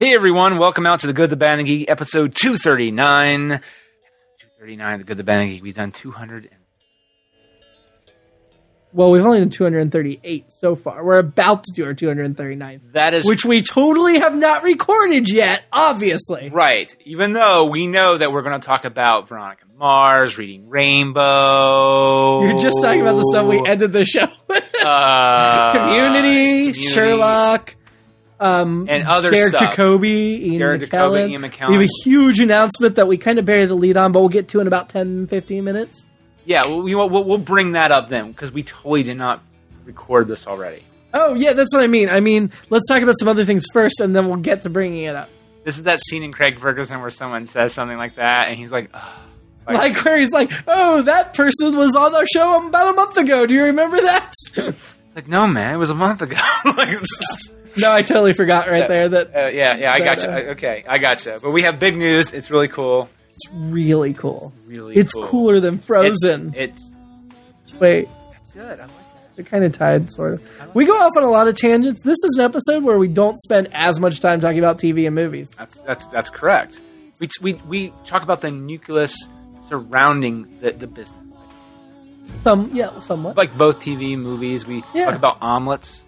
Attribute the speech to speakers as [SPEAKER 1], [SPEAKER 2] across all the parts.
[SPEAKER 1] Hey everyone, welcome out to the Good, the Bad, and the Geek, episode 239. 239, the Good, the Bad, and the Geek. We've done 200. And
[SPEAKER 2] Well, we've only done 238 so far. We're about to do our 239th,
[SPEAKER 1] that is
[SPEAKER 2] which we totally have not recorded yet, obviously.
[SPEAKER 1] right. Even though we know that we're going to talk about Veronica Mars, Reading Rainbow.
[SPEAKER 2] You're just talking about the stuff we ended the show with.
[SPEAKER 1] Uh,
[SPEAKER 2] Community, Sherlock, um,
[SPEAKER 1] and other
[SPEAKER 2] Derek
[SPEAKER 1] stuff.
[SPEAKER 2] Jacobi, Ian
[SPEAKER 1] Derek
[SPEAKER 2] McKellen.
[SPEAKER 1] Jacobi, Ian McKellen.
[SPEAKER 2] We have a huge announcement that we kind of bury the lead on, but we'll get to in about 10, 15 minutes.
[SPEAKER 1] Yeah, we'll, we- we'll, we'll bring that up then because we totally did not record this already.
[SPEAKER 2] Oh, yeah, that's what I mean. I mean, let's talk about some other things first, and then we'll get to bringing it up.
[SPEAKER 1] This is that scene in Craig Ferguson where someone says something like that and he's like, "Ugh."
[SPEAKER 2] Like, where he's like, oh, that person was on our show about a month ago. Do you remember that?
[SPEAKER 1] like no, man, it was a month ago. like,
[SPEAKER 2] no, I totally forgot right
[SPEAKER 1] Yeah.
[SPEAKER 2] there. That
[SPEAKER 1] Uh, yeah, yeah, I
[SPEAKER 2] But,
[SPEAKER 1] gotcha.
[SPEAKER 2] uh,
[SPEAKER 1] I- okay, I gotcha. But we have big news. It's really cool.
[SPEAKER 2] it's really cool.
[SPEAKER 1] Really,
[SPEAKER 2] It's
[SPEAKER 1] cool.
[SPEAKER 2] cooler than
[SPEAKER 1] It's-
[SPEAKER 2] Frozen.
[SPEAKER 1] It's,
[SPEAKER 2] Wait,
[SPEAKER 1] good. I like
[SPEAKER 2] they're kind of tied, sort of. We go off on a lot of tangents. This is an episode where we don't spend as much time talking about TV and movies.
[SPEAKER 1] that. That's that's that's correct. We t- we we talk about the nucleus surrounding the, the business,
[SPEAKER 2] Some, yeah, somewhat.
[SPEAKER 1] like both TV movies. We
[SPEAKER 2] Yeah.
[SPEAKER 1] talk about omelets.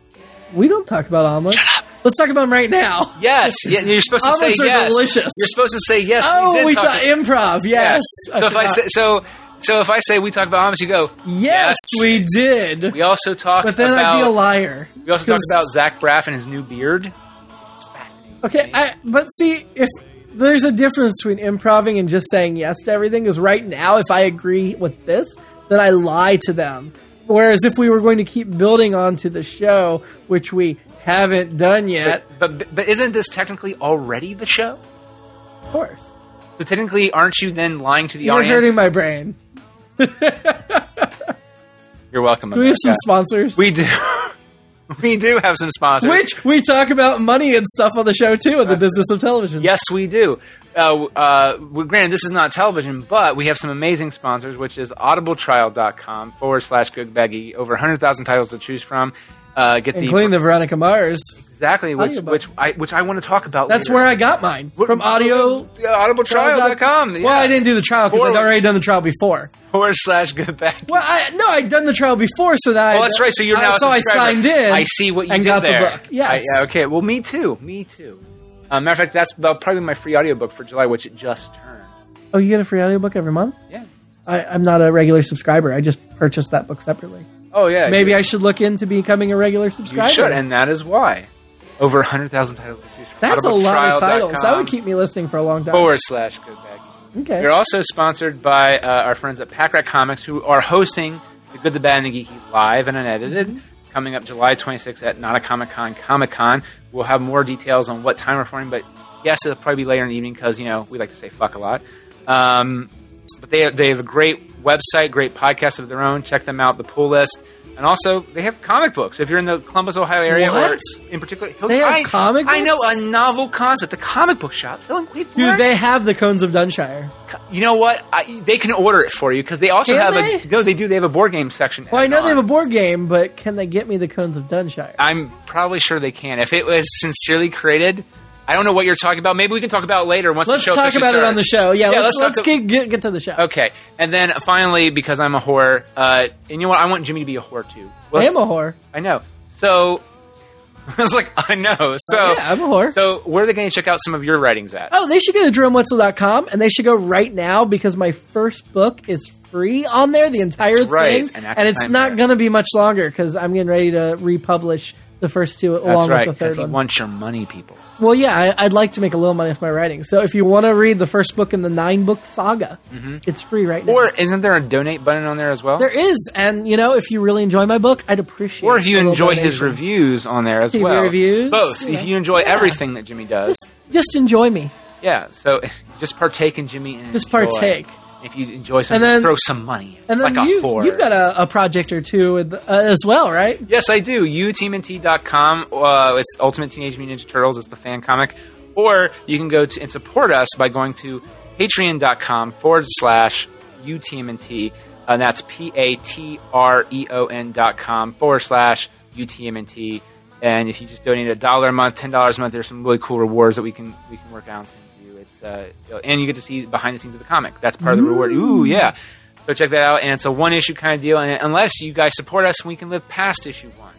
[SPEAKER 2] we don't talk about omelets. Let's talk about them right now.
[SPEAKER 1] Yes, yeah, you're supposed to say
[SPEAKER 2] Omelets are
[SPEAKER 1] yes.
[SPEAKER 2] delicious.
[SPEAKER 1] You're supposed to say yes.
[SPEAKER 2] oh,
[SPEAKER 1] we did
[SPEAKER 2] we
[SPEAKER 1] talk.
[SPEAKER 2] talk improv. Yes.
[SPEAKER 1] yes. So if I
[SPEAKER 2] forgot.
[SPEAKER 1] say so, so if I say we talk about omelets, you go.
[SPEAKER 2] yes, we did.
[SPEAKER 1] We also talk
[SPEAKER 2] but then
[SPEAKER 1] about.
[SPEAKER 2] I'd be a liar.
[SPEAKER 1] we also talk
[SPEAKER 2] 'Cause-
[SPEAKER 1] about Zach Braff and his new beard. It's fascinating.
[SPEAKER 2] Okay, I, but see, if there's a difference between improving and just saying yes to everything, is right now, if I agree with this, then I lie to them. Whereas if we were going to keep building onto the show, which we haven't done yet,
[SPEAKER 1] But but isn't this technically already the show?
[SPEAKER 2] of course,
[SPEAKER 1] So technically, aren't you then lying to the
[SPEAKER 2] you're
[SPEAKER 1] audience?
[SPEAKER 2] hurting my brain.
[SPEAKER 1] You're welcome.
[SPEAKER 2] Do we have some
[SPEAKER 1] America.
[SPEAKER 2] sponsors?
[SPEAKER 1] we do. we do have some sponsors.
[SPEAKER 2] which we talk about money and stuff on the show too, in the business of television.
[SPEAKER 1] Yes, we do. Uh, uh, well, granted, this is not television, but we have some amazing sponsors, which is audibletrial.com forward slash googbeggy. Over 100,000 titles to choose from. Uh, get
[SPEAKER 2] including
[SPEAKER 1] the
[SPEAKER 2] the Veronica Mars.
[SPEAKER 1] exactly which
[SPEAKER 2] audiobook.
[SPEAKER 1] which I which I want to talk about.
[SPEAKER 2] That's where I got mine from audio.
[SPEAKER 1] audibletrial.com.
[SPEAKER 2] Well, I didn't do the trial because
[SPEAKER 1] Or-
[SPEAKER 2] I'd already done the trial before.
[SPEAKER 1] forward slash googbeggy.
[SPEAKER 2] Well, I, no, I'd done the trial before, so that
[SPEAKER 1] Oh,
[SPEAKER 2] I,
[SPEAKER 1] that's right. So you're
[SPEAKER 2] I-
[SPEAKER 1] now a
[SPEAKER 2] so I
[SPEAKER 1] subscriber.
[SPEAKER 2] signed in.
[SPEAKER 1] I see what you
[SPEAKER 2] and
[SPEAKER 1] did
[SPEAKER 2] got
[SPEAKER 1] there.
[SPEAKER 2] The book. Yes.
[SPEAKER 1] I- yeah, okay. Well, me too. Me too. Uh, matter of fact, that's about probably my free audiobook for July, which it just turned.
[SPEAKER 2] Oh, you get a free audiobook every month.
[SPEAKER 1] Yeah.
[SPEAKER 2] I, I'm not a regular subscriber. I just purchased that book separately.
[SPEAKER 1] Oh yeah.
[SPEAKER 2] Maybe
[SPEAKER 1] you,
[SPEAKER 2] I should look into becoming a regular subscriber.
[SPEAKER 1] You should, and that is why. Over hundred thousand titles. to choose from.
[SPEAKER 2] that's a lot of titles.
[SPEAKER 1] audibletrial.com
[SPEAKER 2] That would keep me listening for a long time.
[SPEAKER 1] forward slash good bag.
[SPEAKER 2] Okay.
[SPEAKER 1] You're also sponsored by uh, our friends at Pack Rat Comics, who are hosting the Good, the Bad, and the Geeky live and unedited.
[SPEAKER 2] Mm-hmm.
[SPEAKER 1] Coming up July 26th at Not a Comic Con Comic Con. We'll have more details on what time we're recording, but yes, it'll probably be later in the evening because you know we like to say fuck a lot. Um, but they they have a great website, great podcast of their own. Check them out. The Pool List, and also they have comic books. If you're in the Columbus, Ohio area,
[SPEAKER 2] What?
[SPEAKER 1] or in particular,
[SPEAKER 2] They have
[SPEAKER 1] I,
[SPEAKER 2] comic
[SPEAKER 1] I know
[SPEAKER 2] books?
[SPEAKER 1] a novel concept. A comic book shop selling great
[SPEAKER 2] Dude,
[SPEAKER 1] work.
[SPEAKER 2] they have the cones of Dunshire.
[SPEAKER 1] You know what? I, they can order it for you because they also
[SPEAKER 2] Can
[SPEAKER 1] have
[SPEAKER 2] they?
[SPEAKER 1] a no. They do. They have a board game section.
[SPEAKER 2] Well, I know they have a
[SPEAKER 1] added
[SPEAKER 2] board game, but can they get me the cones of Dunshire?
[SPEAKER 1] on. I'm probably sure they can. If it was sincerely created, I don't know what you're talking about. Maybe we can talk about it later once
[SPEAKER 2] let's
[SPEAKER 1] the show.
[SPEAKER 2] talk
[SPEAKER 1] officially
[SPEAKER 2] about it on the
[SPEAKER 1] starts.
[SPEAKER 2] show. Yeah,
[SPEAKER 1] Yeah,
[SPEAKER 2] let's,
[SPEAKER 1] let's
[SPEAKER 2] let's,
[SPEAKER 1] talk-
[SPEAKER 2] get, get get to the show.
[SPEAKER 1] Okay, and then finally, because I'm a whore, uh, and you know what? I want Jimmy to be a whore too.
[SPEAKER 2] I
[SPEAKER 1] Well,
[SPEAKER 2] am a whore.
[SPEAKER 1] I know. So I was like, I know. So
[SPEAKER 2] Oh, yeah, I'm a whore.
[SPEAKER 1] so where are they going to check out some of your writings at?
[SPEAKER 2] Oh, they should go to drumwetzel.com and they should go right now because my first book is free on there the entire
[SPEAKER 1] That's right,
[SPEAKER 2] thing.
[SPEAKER 1] and
[SPEAKER 2] And,
[SPEAKER 1] I
[SPEAKER 2] it's
[SPEAKER 1] can-
[SPEAKER 2] not going to be much longer because I'm getting ready to republish the first two
[SPEAKER 1] That's
[SPEAKER 2] along
[SPEAKER 1] right,
[SPEAKER 2] with the
[SPEAKER 1] because
[SPEAKER 2] third
[SPEAKER 1] he
[SPEAKER 2] one.
[SPEAKER 1] wants your money, people.
[SPEAKER 2] well, yeah, I, I'd like to make a little money off my writing. So if you want to read the first book in the nine book saga, it's free right now.
[SPEAKER 1] Mm-hmm. Or isn't there a donate button on there as well?
[SPEAKER 2] there is, and you know, if you really enjoy my book, I'd appreciate.
[SPEAKER 1] or if you
[SPEAKER 2] a little
[SPEAKER 1] enjoy
[SPEAKER 2] donation.
[SPEAKER 1] his reviews on there as
[SPEAKER 2] TV
[SPEAKER 1] well.
[SPEAKER 2] reviews,
[SPEAKER 1] both.
[SPEAKER 2] you
[SPEAKER 1] If
[SPEAKER 2] know.
[SPEAKER 1] you enjoy
[SPEAKER 2] Yeah.
[SPEAKER 1] everything that Jimmy does,
[SPEAKER 2] just just enjoy me.
[SPEAKER 1] yeah. So just partake in Jimmy and
[SPEAKER 2] Just
[SPEAKER 1] enjoy.
[SPEAKER 2] partake.
[SPEAKER 1] If you enjoy something,
[SPEAKER 2] And
[SPEAKER 1] just
[SPEAKER 2] then-
[SPEAKER 1] throw some money.
[SPEAKER 2] And then
[SPEAKER 1] like
[SPEAKER 2] you
[SPEAKER 1] a whore.
[SPEAKER 2] you've got a, a project or two with, uh, as well, right?
[SPEAKER 1] Yes, I do. UTMNT.com. Uh, it's Ultimate Teenage Mutant Ninja Turtles. It's the fan comic. Or you can go to and support us by going to patreon.com forward slash UTMNT. And that's P A T R E O N dot com forward slash UTMNT. And if you just donate a dollar a month, ten dollars a month, there's some really cool rewards that we can we can work out and send you. It's uh, you know, and you get to see behind the scenes of the comic. That's part of the reward. Ooh, yeah. So check that out. And it's a one issue kind of deal. And unless you guys support us, we can live past issue one.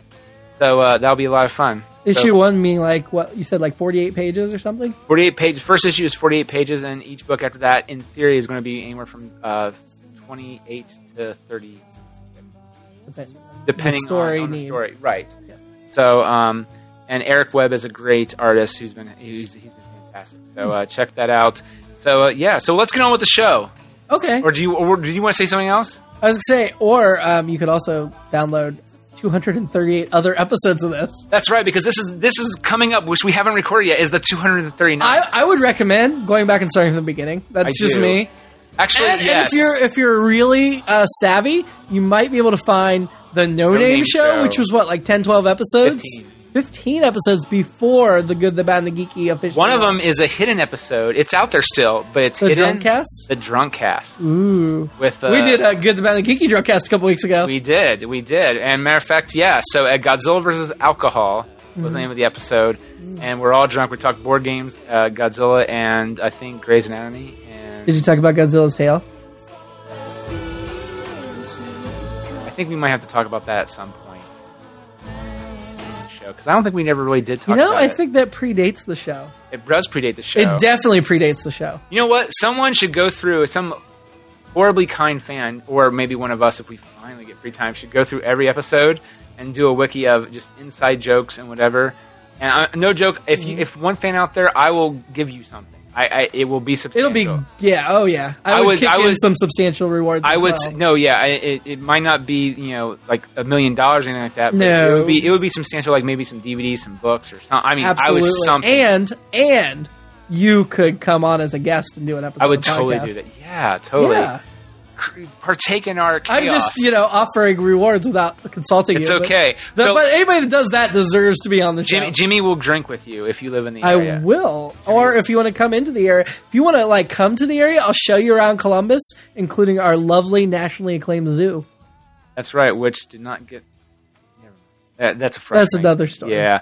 [SPEAKER 1] So uh, that'll be a lot of fun.
[SPEAKER 2] Issue
[SPEAKER 1] So-
[SPEAKER 2] one being like what you said, like forty-eight pages or something.
[SPEAKER 1] 48 pages. First issue is 48 pages, and each book after that, in theory, is going to be anywhere from uh, 28 to 30,
[SPEAKER 2] Depending.
[SPEAKER 1] depending
[SPEAKER 2] The story
[SPEAKER 1] on, on the
[SPEAKER 2] needs.
[SPEAKER 1] story. Right.
[SPEAKER 2] Yep.
[SPEAKER 1] So, um, and Eric Webb is a great artist who's been he's, he's been fantastic. So uh, check that out. So uh, yeah, so let's get on with the show.
[SPEAKER 2] Okay,
[SPEAKER 1] Or do you or do you want to say something else?
[SPEAKER 2] I was gonna say, or um, you could also download two hundred and thirty-eight other episodes of this.
[SPEAKER 1] That's right, because this is this is coming up, which we haven't recorded yet. Is the 239?
[SPEAKER 2] I, I would recommend going back and starting from the beginning. That's
[SPEAKER 1] I
[SPEAKER 2] just
[SPEAKER 1] do.
[SPEAKER 2] me.
[SPEAKER 1] Actually,
[SPEAKER 2] And, and
[SPEAKER 1] yes.
[SPEAKER 2] if you're if you're really uh, savvy, you might be able to find the No, Name,
[SPEAKER 1] Name
[SPEAKER 2] show,
[SPEAKER 1] Show.
[SPEAKER 2] which was what like 10, 12 episodes,
[SPEAKER 1] 15.
[SPEAKER 2] 15 episodes before the Good, the Bad, and the Geeky official.
[SPEAKER 1] One of them is a hidden episode. It's out there still, but it's
[SPEAKER 2] the
[SPEAKER 1] hidden.
[SPEAKER 2] Drunkcast.
[SPEAKER 1] The drunk cast.
[SPEAKER 2] Ooh,
[SPEAKER 1] With uh,
[SPEAKER 2] we did a Good, the Bad, and the Geeky Drunkcast a couple weeks ago.
[SPEAKER 1] We did. We did. And matter of fact, yeah. So at Godzilla versus Alcohol
[SPEAKER 2] Mm-hmm.
[SPEAKER 1] was the name of the episode,
[SPEAKER 2] Mm.
[SPEAKER 1] and we're all drunk. We talked board games, uh, Godzilla, and I think Grey's Anatomy.
[SPEAKER 2] did
[SPEAKER 1] And
[SPEAKER 2] you talk about Godzilla's tail?
[SPEAKER 1] I think we might have to talk about that at some point. Show because I don't think we never really did
[SPEAKER 2] You
[SPEAKER 1] talk.
[SPEAKER 2] know,
[SPEAKER 1] about
[SPEAKER 2] I
[SPEAKER 1] it.
[SPEAKER 2] think that predates the show.
[SPEAKER 1] it does predate the show.
[SPEAKER 2] It definitely predates the show.
[SPEAKER 1] You know what? Someone should go through some horribly kind fan, or maybe one of us, if we finally get free time, should go through every episode and do a wiki of just inside jokes and whatever. And I, no joke, if
[SPEAKER 2] Mm-hmm.
[SPEAKER 1] you, if one fan out there, I will give you something. I, I it will be substantial.
[SPEAKER 2] It'll be yeah, oh yeah. I,
[SPEAKER 1] I
[SPEAKER 2] would
[SPEAKER 1] was-
[SPEAKER 2] kick
[SPEAKER 1] I
[SPEAKER 2] in
[SPEAKER 1] was-
[SPEAKER 2] some substantial rewards.
[SPEAKER 1] I
[SPEAKER 2] as
[SPEAKER 1] would
[SPEAKER 2] well.
[SPEAKER 1] s no, yeah. I, it, it might not be you know like a million dollars or anything like that. But
[SPEAKER 2] No.
[SPEAKER 1] it would be it would be substantial, like maybe some DVDs, some books, or something. I mean,
[SPEAKER 2] Absolutely.
[SPEAKER 1] I was something.
[SPEAKER 2] And and you could come on as a guest and do an episode.
[SPEAKER 1] I would
[SPEAKER 2] of the
[SPEAKER 1] totally
[SPEAKER 2] podcast.
[SPEAKER 1] do that. Yeah, totally.
[SPEAKER 2] Yeah.
[SPEAKER 1] Cr- Partake in our chaos.
[SPEAKER 2] I'm just you know offering rewards without consulting
[SPEAKER 1] It's
[SPEAKER 2] you. but-
[SPEAKER 1] okay.
[SPEAKER 2] the-
[SPEAKER 1] So-
[SPEAKER 2] but anybody that does that deserves to be on the show.
[SPEAKER 1] Jimmy, Jimmy will drink with you if you live in the
[SPEAKER 2] I
[SPEAKER 1] area.
[SPEAKER 2] will. Or if you want to come into the area, if you want to like come to the area, I'll show you around Columbus, including our lovely nationally acclaimed zoo.
[SPEAKER 1] That's right, which did not get. Never mind. That, that's a
[SPEAKER 2] That's
[SPEAKER 1] frustrating-
[SPEAKER 2] another story.
[SPEAKER 1] Yeah.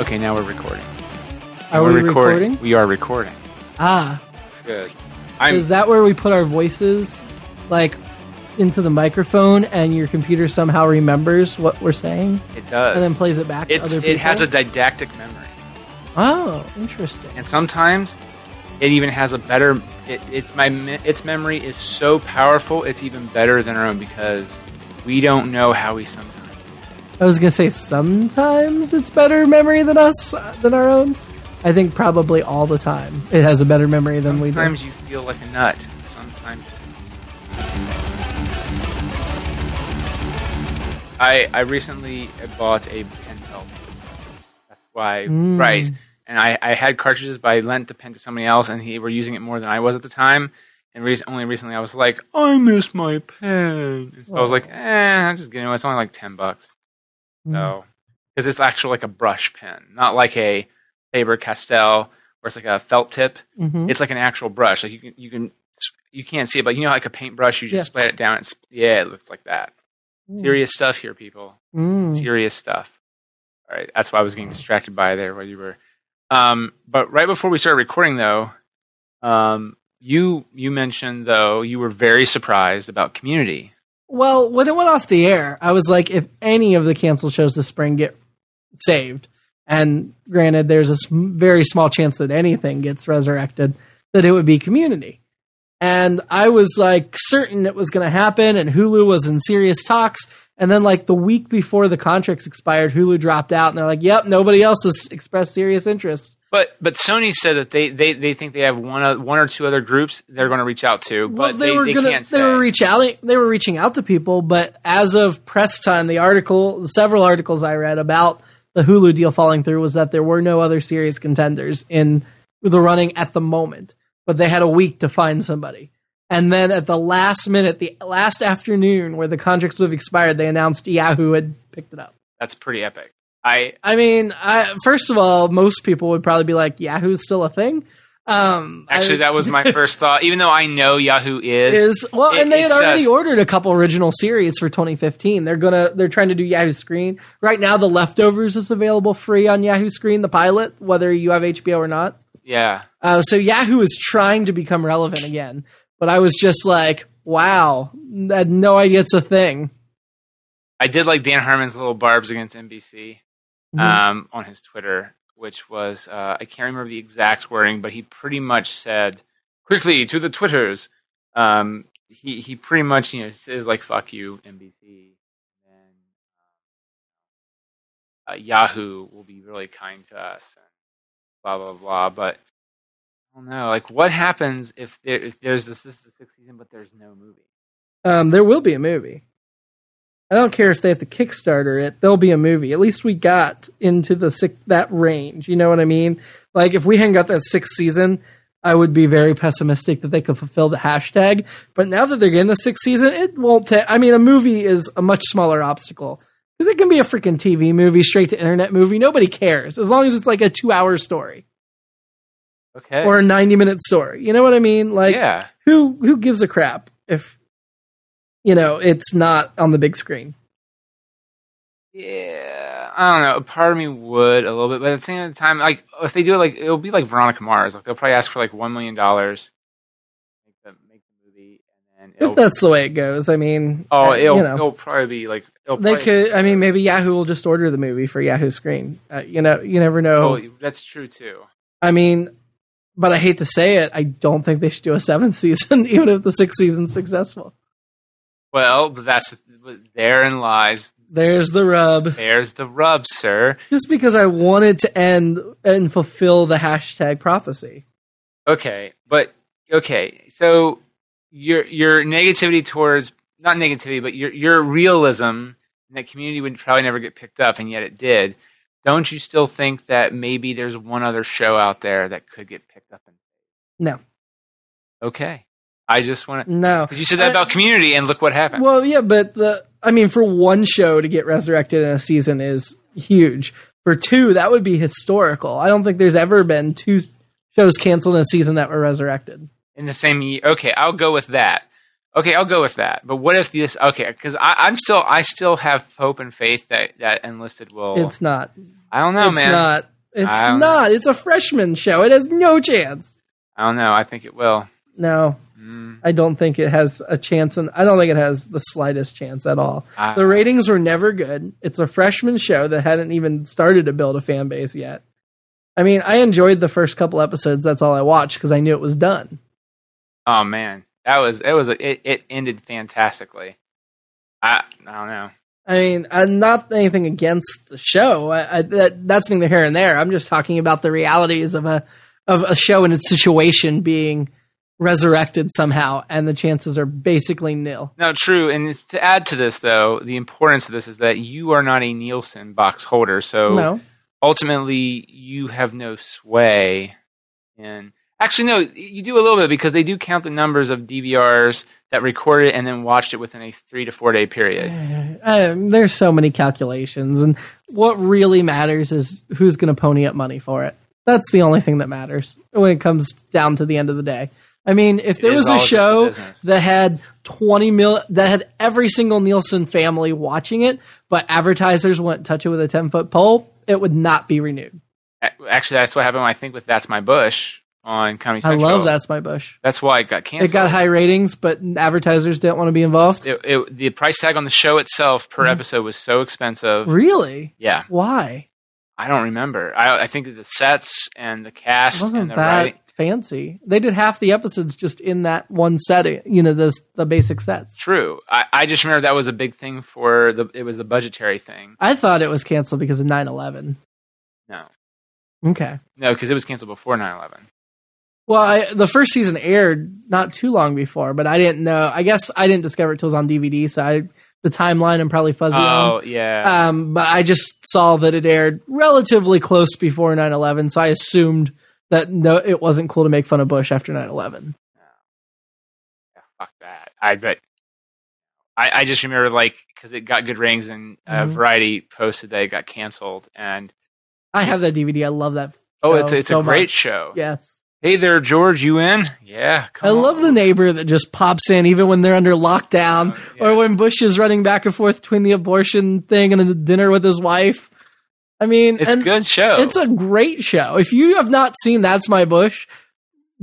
[SPEAKER 1] Okay, now we're recording.
[SPEAKER 2] Are
[SPEAKER 1] we're
[SPEAKER 2] we recording?
[SPEAKER 1] We are recording.
[SPEAKER 2] Ah,
[SPEAKER 1] Good. I'm,
[SPEAKER 2] is that where we put our voices like into the microphone and your computer somehow remembers what we're saying?
[SPEAKER 1] it does.
[SPEAKER 2] and then plays it back
[SPEAKER 1] It's,
[SPEAKER 2] to other people.
[SPEAKER 1] it has a didactic memory,
[SPEAKER 2] oh, interesting.
[SPEAKER 1] and sometimes it even has a better. It, it's my me- its memory is so powerful. It's even better than our own because we don't know how we sometimes.
[SPEAKER 2] I was gonna say sometimes it's better memory than us uh, than our own. I think probably all the time it has a better memory than we do.
[SPEAKER 1] Sometimes you feel like a nut. Sometimes. I I recently bought a pen pal. That's why
[SPEAKER 2] Mm.
[SPEAKER 1] right. And I, I had cartridges, but I lent the pen to somebody else, and he were using it more than I was at the time. And re- only recently, I was like, I miss my pen. And so I was
[SPEAKER 2] Oh.
[SPEAKER 1] like, eh, I'm just getting it. It's only like ten bucks. No, because it's actually like a brush pen, not like a Faber Castell where it's like a felt tip.
[SPEAKER 2] Mhm.
[SPEAKER 1] It's like an actual brush. Like you can you can you can't see it, but you know like a paintbrush. You just
[SPEAKER 2] Yes.
[SPEAKER 1] split it down. It's yeah, it looks like that. Serious stuff here, people.
[SPEAKER 2] Mm.
[SPEAKER 1] Serious stuff. All right, that's why I was getting distracted by there while you were. Um, but right before we started recording, though, um, you you mentioned though you were very surprised about Community.
[SPEAKER 2] Well, when it went off the air, I was like, if any of the canceled shows this spring get saved, And granted, there's a sm- very small chance that anything gets resurrected, that it would be community. And I was like certain it was going to happen, and Hulu was in serious talks. And then, like the week before the contracts expired, Hulu dropped out, and they're like, "Yep, nobody else has expressed serious interest."
[SPEAKER 1] But but Sony said that they, they, they think they have one o- one or two other groups they're going to reach out to, but
[SPEAKER 2] well, they, were
[SPEAKER 1] they
[SPEAKER 2] gonna,
[SPEAKER 1] can't
[SPEAKER 2] they
[SPEAKER 1] say.
[SPEAKER 2] were reach out, they were reaching out to people, but as of press time, the article, several articles I read about the Hulu deal falling through was that there were no other serious contenders in the running at the moment, but they had a week to find somebody. And then at the last minute, the last afternoon where the contracts would have expired, they announced Yahoo had picked it up.
[SPEAKER 1] That's pretty epic. I
[SPEAKER 2] I mean, I, first of all, most people would probably be like, Yahoo's still a thing. Um, I-
[SPEAKER 1] actually that was my first thought, even though I know Yahoo is.
[SPEAKER 2] is well,
[SPEAKER 1] it-
[SPEAKER 2] and they
[SPEAKER 1] it
[SPEAKER 2] had already
[SPEAKER 1] says-
[SPEAKER 2] ordered a couple original series for 2015. They're gonna they're trying to do Yahoo Screen right now. The Leftovers is available free on Yahoo Screen, the pilot, whether you have HBO or not.
[SPEAKER 1] yeah.
[SPEAKER 2] Uh, so Yahoo is trying to become relevant again. But I was just like, wow, I had no idea it's a thing.
[SPEAKER 1] I did like Dan Harmon's little barbs against NBC
[SPEAKER 2] Mm-hmm.
[SPEAKER 1] um, on his Twitter, which was uh, I can't remember the exact wording, but he pretty much said quickly to the Twitters. Um, he he pretty much you know says like fuck you NBC and uh, Yahoo will be really kind to us and blah blah blah. But I don't know, like what happens if there if there's this, this is the sixth season but there's no movie?
[SPEAKER 2] Um, there will be a movie. I don't care if they have to Kickstarter it. There'll be a movie. At least we got into the six, that range. You know what I mean? Like if we hadn't got that sixth season, I would be very pessimistic that they could fulfill the hashtag. But now that they're getting the sixth season, it won't. Ta- I mean, a movie is a much smaller obstacle because it can be a freaking TV movie, straight to internet movie. Nobody cares as long as it's like a two-hour story
[SPEAKER 1] Okay,
[SPEAKER 2] or a ninety-minute story. You know what I mean? Like
[SPEAKER 1] yeah.
[SPEAKER 2] who who gives a crap if you know it's not on the big screen?
[SPEAKER 1] Yeah, I don't know. A part of me would a little bit, but at the same time, like if they do it, like it'll be like Veronica Mars. Like they'll probably ask for like one million dollars, make the make the movie, and then
[SPEAKER 2] if
[SPEAKER 1] it'll,
[SPEAKER 2] that's the way it goes, I mean,
[SPEAKER 1] oh,
[SPEAKER 2] uh,
[SPEAKER 1] it'll
[SPEAKER 2] you know,
[SPEAKER 1] it'll probably be like it'll
[SPEAKER 2] they
[SPEAKER 1] probably,
[SPEAKER 2] could. I mean, maybe Yahoo will just order the movie for Yahoo Screen. Uh, you know, you never know.
[SPEAKER 1] Oh, that's true too.
[SPEAKER 2] I mean, but I hate to say it, I don't think they should do a seventh season, even if the sixth season's successful.
[SPEAKER 1] Well, but that's but therein lies
[SPEAKER 2] There's the rub.
[SPEAKER 1] there's the rub, sir.
[SPEAKER 2] Just because I wanted to end and fulfill the hashtag prophecy.
[SPEAKER 1] Okay, but okay, so your your negativity towards not negativity, but your your realism and that community would probably never get picked up, and yet it did. Don't you still think that maybe there's one other show out there that could get picked up? And
[SPEAKER 2] No,
[SPEAKER 1] okay, I just want to
[SPEAKER 2] no.
[SPEAKER 1] because you said that
[SPEAKER 2] I-
[SPEAKER 1] about community, and look what happened.
[SPEAKER 2] Uh, Well, yeah, but the I mean, for one show to get resurrected in a season is huge. For two, that would be historical. I don't think there's ever been two shows canceled in a season that were resurrected.
[SPEAKER 1] in the same year. Okay, I'll go with that. Okay, I'll go with that. But what if this? Okay, because I'm still I still have hope and faith that that enlisted will.
[SPEAKER 2] It's not.
[SPEAKER 1] I don't know,
[SPEAKER 2] it's
[SPEAKER 1] man.
[SPEAKER 2] not. It's
[SPEAKER 1] I don't-
[SPEAKER 2] not. It's a freshman show. It has no chance.
[SPEAKER 1] I don't know. I think it will.
[SPEAKER 2] No,
[SPEAKER 1] Mm,
[SPEAKER 2] I don't think it has a chance, and I don't think it has the slightest chance at all.
[SPEAKER 1] I-
[SPEAKER 2] The ratings were never good. It's a freshman show that hadn't even started to build a fan base yet. I mean, I enjoyed the first couple episodes. That's all I watched because I knew it was done.
[SPEAKER 1] Oh man, that was that was it. It ended fantastically. I I don't know.
[SPEAKER 2] I mean, I'm not anything against the show. I, I, that, that's neither here and there. I'm just talking about the realities of a of a show and its situation being resurrected somehow, and the chances are basically nil.
[SPEAKER 1] No, true. And it's, to add to this, though, the importance of this is that you are not a Nielsen box holder, so
[SPEAKER 2] No,
[SPEAKER 1] ultimately you have no sway. And actually, no, you do a little bit because they do count the numbers of DVRs that recorded and then watched it within a three to four day period.
[SPEAKER 2] um, there's so many calculations, and what really matters is who's going to pony up money for it. That's the only thing that matters when it comes down to the end of the day. I mean, if there
[SPEAKER 1] is
[SPEAKER 2] was
[SPEAKER 1] all
[SPEAKER 2] a
[SPEAKER 1] just a
[SPEAKER 2] show
[SPEAKER 1] business.
[SPEAKER 2] that had 20 mil, that had every single Nielsen family watching it, but advertisers wouldn't touch it with a 10 foot pole, it would not be renewed.
[SPEAKER 1] A- Actually, that's what happened. I think with "That's My Bush" on Comedy
[SPEAKER 2] I
[SPEAKER 1] Central.
[SPEAKER 2] love That's My Bush.
[SPEAKER 1] That's why it got canceled.
[SPEAKER 2] It got high ratings, but advertisers didn't want to be involved.
[SPEAKER 1] it, it,
[SPEAKER 2] Mm-hmm.
[SPEAKER 1] the price tag on the show itself per episode was so expensive.
[SPEAKER 2] Really?
[SPEAKER 1] Yeah,
[SPEAKER 2] Why?
[SPEAKER 1] I don't remember. I, I think the sets and the cast
[SPEAKER 2] wasn't
[SPEAKER 1] and the
[SPEAKER 2] that
[SPEAKER 1] writing.
[SPEAKER 2] fancy. They did half the episodes just in that one setting, you know, the the basic sets.
[SPEAKER 1] True. I, I just remember that was a big thing for the. It was the budgetary thing.
[SPEAKER 2] I thought it was canceled because of 9/11.
[SPEAKER 1] No,
[SPEAKER 2] Okay.
[SPEAKER 1] no, because it was canceled before 9-11.
[SPEAKER 2] Well, I, the first season aired not too long before, but I didn't know. I guess I didn't discover it till it was on DVD, so I the timeline I'm probably fuzzy on.
[SPEAKER 1] Oh yeah.
[SPEAKER 2] Um, but I just saw that it aired relatively close before 9/11, so I assumed that no, it wasn't cool to make fun of Bush after 9/11.
[SPEAKER 1] Yeah, fuck that. I bet. I, I just remember like because it got good ratings and uh,
[SPEAKER 2] Mhm.
[SPEAKER 1] Variety posted that it got canceled and
[SPEAKER 2] I have that DVD. I love that.
[SPEAKER 1] oh
[SPEAKER 2] Show
[SPEAKER 1] it's it's
[SPEAKER 2] so
[SPEAKER 1] a great
[SPEAKER 2] much.
[SPEAKER 1] show.
[SPEAKER 2] Yes.
[SPEAKER 1] Hey there, George. You in? Yeah. Come
[SPEAKER 2] I love the neighbor that just pops in even when they're under lockdown
[SPEAKER 1] Oh, yeah.
[SPEAKER 2] or when Bush is running back and forth between the abortion thing and the dinner with his wife. I mean,
[SPEAKER 1] It's
[SPEAKER 2] and
[SPEAKER 1] good show.
[SPEAKER 2] It's a great show. If you have not seen That's My Bush,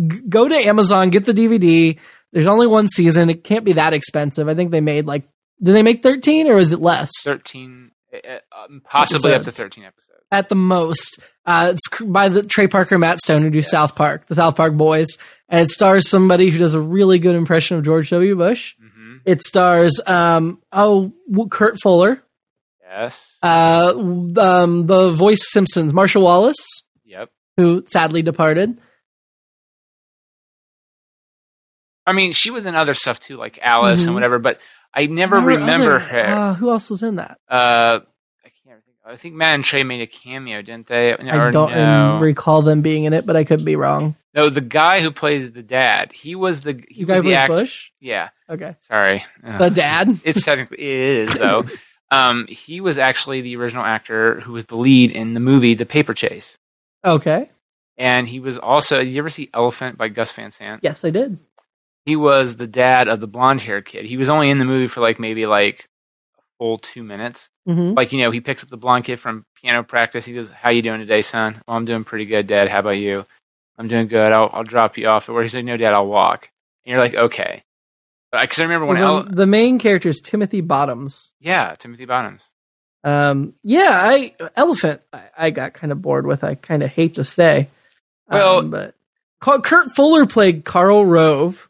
[SPEAKER 2] g- go to Amazon, get the DVD. There's only one season. It can't be that expensive. I think they made like, did they make 13 or is it less?
[SPEAKER 1] thirteen, uh, uh, possibly up to
[SPEAKER 2] Episodes.
[SPEAKER 1] thirteen episodes.
[SPEAKER 2] at the most. Uh, it's c- by the Trey Parker and Matt Stone who do South Park, the South Park Boys, and it stars somebody who does a really good impression of George W. Bush.
[SPEAKER 1] hmm
[SPEAKER 2] It stars um oh w- Kurt Fuller,
[SPEAKER 1] Yes.
[SPEAKER 2] uh w- um the voice Simpsons Marshall Wallace,
[SPEAKER 1] yep.
[SPEAKER 2] who sadly departed.
[SPEAKER 1] I mean, she was in other stuff too, like Alice
[SPEAKER 2] Mhm.
[SPEAKER 1] and whatever. But I never
[SPEAKER 2] There were
[SPEAKER 1] remember
[SPEAKER 2] other-
[SPEAKER 1] her.
[SPEAKER 2] uh, who else was in that?
[SPEAKER 1] Uh, I can't think. I think Matt and Trey made a cameo, didn't they?
[SPEAKER 2] I
[SPEAKER 1] Or
[SPEAKER 2] don't
[SPEAKER 1] no.
[SPEAKER 2] um, recall them being in it, but I could be wrong.
[SPEAKER 1] No, the guy who plays the dad. He was the he
[SPEAKER 2] You
[SPEAKER 1] was
[SPEAKER 2] guys
[SPEAKER 1] the
[SPEAKER 2] was
[SPEAKER 1] act-
[SPEAKER 2] Bush?
[SPEAKER 1] Yeah,
[SPEAKER 2] Okay,
[SPEAKER 1] sorry. Ugh.
[SPEAKER 2] the dad.
[SPEAKER 1] it's technically it is though. Um, he was actually the original actor who was the lead in the movie The Paper Chase,
[SPEAKER 2] Okay,
[SPEAKER 1] and he was also. Did you ever see Elephant by Gus Van Sant?
[SPEAKER 2] yes, I did.
[SPEAKER 1] He was the dad of the blonde haired kid. He was only in the movie for like maybe like a full two minutes.
[SPEAKER 2] hmm
[SPEAKER 1] Like you know, he picks up the blonde kid from piano practice. He goes, "How you doing today, son? Well, I'm doing pretty good, Dad. How about you? I'm doing good. I'll, I'll drop you off." Or he's like, "No, Dad, I'll walk." And you're like, "Okay," because I remember when
[SPEAKER 2] Well,
[SPEAKER 1] El-
[SPEAKER 2] the, the main character is Timothy Bottoms.
[SPEAKER 1] yeah, Timothy Bottoms.
[SPEAKER 2] Um, yeah, I elephant. I, I got kind of bored with. I kind of hate to say. Um,
[SPEAKER 1] Well-
[SPEAKER 2] but Ca- Kurt Fuller played Carl Rove.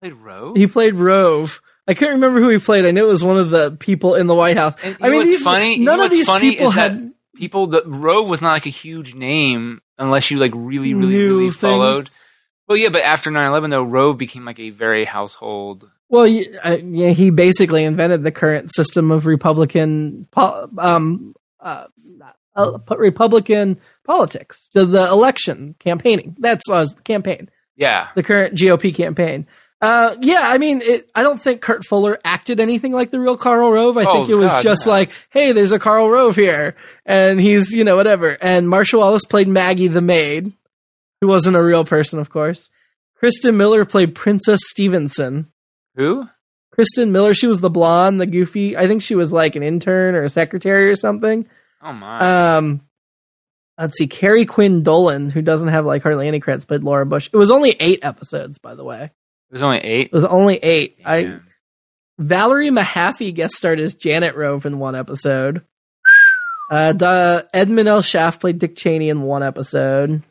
[SPEAKER 1] Played Roe.
[SPEAKER 2] He played Rove. I couldn't remember who he played. I know it was one of the people in the White House.
[SPEAKER 1] And you
[SPEAKER 2] I
[SPEAKER 1] know
[SPEAKER 2] mean,
[SPEAKER 1] what's
[SPEAKER 2] these,
[SPEAKER 1] funny? You
[SPEAKER 2] None
[SPEAKER 1] know
[SPEAKER 2] of
[SPEAKER 1] what's
[SPEAKER 2] these
[SPEAKER 1] funny
[SPEAKER 2] people
[SPEAKER 1] is that
[SPEAKER 2] had
[SPEAKER 1] people the Roe was not like a huge name unless you like really, really,
[SPEAKER 2] new
[SPEAKER 1] really
[SPEAKER 2] things.
[SPEAKER 1] followed. Well, yeah, but after 9-11, though, Roe became like a very household.
[SPEAKER 2] Well, y- uh, yeah, he basically invented the current system of Republican, po- um, uh, uh, Republican politics. The, the election campaigning. That's what I was campaign.
[SPEAKER 1] Yeah,
[SPEAKER 2] the current GOP campaign. Uh, yeah, I mean, it, I don't think Kurt Fuller acted anything like the real Karl Rove. I
[SPEAKER 1] Oh,
[SPEAKER 2] think it was
[SPEAKER 1] God,
[SPEAKER 2] just
[SPEAKER 1] no.
[SPEAKER 2] like, hey, there's a Karl Rove here, and he's you know whatever. And Marshall Wallace played Maggie the maid, who wasn't a real person, of course. Kristen Miller played Princess Stevenson.
[SPEAKER 1] who?
[SPEAKER 2] Kristen Miller, she was the blonde, the goofy. I think she was like an intern or a secretary or something.
[SPEAKER 1] Oh my!
[SPEAKER 2] Um, let's see, Carrie Quinn Dolan, who doesn't have like hardly any credits, played Laura Bush. It was only eight episodes, by the way.
[SPEAKER 1] it was only eight.
[SPEAKER 2] It was only eight. I
[SPEAKER 1] Damn.
[SPEAKER 2] Valerie Mahaffey guest starred as Janet Rove in one episode. Uh, da- Edmund L. Schaff played Dick Cheney in one episode.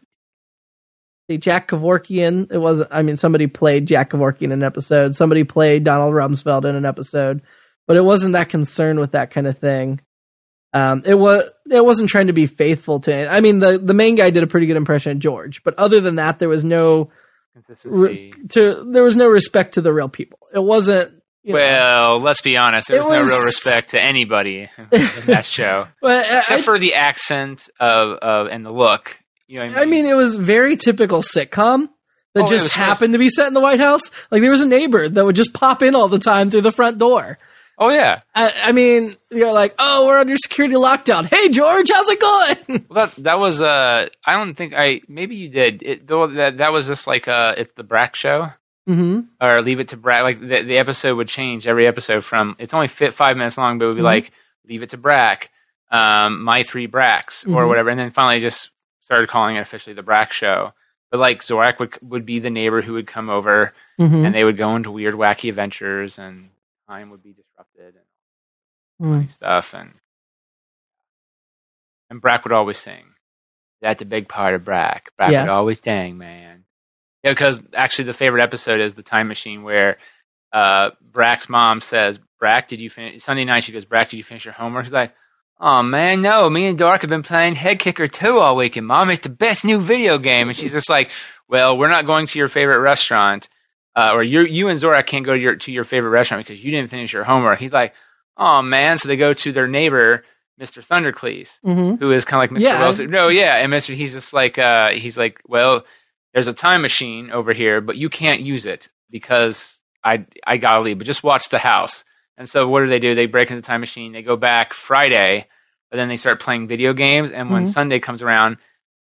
[SPEAKER 2] The Jack Kevorkian. It was. I mean, somebody played Jack Kevorkian in an episode. Somebody played Donald Rumsfeld in an episode. But it wasn't that concerned with that kind of thing. Um, it was. It wasn't trying to be faithful to. I mean, the the main guy did a pretty good impression of George. But other than that, there was no
[SPEAKER 1] consistency.
[SPEAKER 2] to there was no respect to the real people. It wasn't you know-
[SPEAKER 1] well, let's be honest. There
[SPEAKER 2] It
[SPEAKER 1] was, no real
[SPEAKER 2] was-
[SPEAKER 1] respect to anybody in that show,
[SPEAKER 2] but I-
[SPEAKER 1] except for the accent of, of and the look. You know, what
[SPEAKER 2] I mean, it was very typical sitcom that
[SPEAKER 1] Oh, it
[SPEAKER 2] just
[SPEAKER 1] was-
[SPEAKER 2] happened to be set in the White House. Like there was a neighbor that would just pop in all the time through the front door.
[SPEAKER 1] oh yeah.
[SPEAKER 2] I, I mean, you're like, oh, we're under security lockdown. Hey, George, how's it going?
[SPEAKER 1] Well, that that was. Uh, I don't think I. Maybe you did. It, though that that was just like uh, it's the Brack show.
[SPEAKER 2] mm-hmm.
[SPEAKER 1] or leave it to Brad. Like the, the episode would change every episode from it's only fit five minutes long, but it would be
[SPEAKER 2] Mhm.
[SPEAKER 1] like leave it to Brack, um, my three Bracks or
[SPEAKER 2] Mhm.
[SPEAKER 1] whatever, and then finally just started calling it officially the Brack Show. But like Zorak would would be the neighbor who would come over,
[SPEAKER 2] Mm-hmm.
[SPEAKER 1] and they would go into weird wacky adventures, and
[SPEAKER 2] Mm-hmm.
[SPEAKER 1] time would be disrupted and stuff. And And Brack would always sing. That's a big part of Brack. Brack
[SPEAKER 2] Yeah.
[SPEAKER 1] would always sing, man. Yeah, because actually the favorite episode is the time machine where uh, Brack's mom says, "Brack, did you finish Sunday night?" She goes, "Brack, did you finish your homework?" He's like, "Oh man, no. Me and Dark have been playing Head Kicker Two all weekend, Mom. It's the best new video game." And she's just like, "Well, we're not going to your favorite restaurant, uh, or you, you and Zora can't go to your to your favorite restaurant because you didn't finish your homework." He's like, "Oh man." So they go to their neighbor, Mister Thundercleese
[SPEAKER 2] Mm-hmm.
[SPEAKER 1] who is kind of like Mr.
[SPEAKER 2] Yeah.
[SPEAKER 1] Wilson. No, yeah, and Mr. He's just like uh, he's like, well, there's a time machine over here, but you can't use it because I I gotta leave. But just watch the house. And so what do they do? They break into the time machine. They go back Friday, but then they start playing video games. And when
[SPEAKER 2] Mhm.
[SPEAKER 1] Sunday comes around,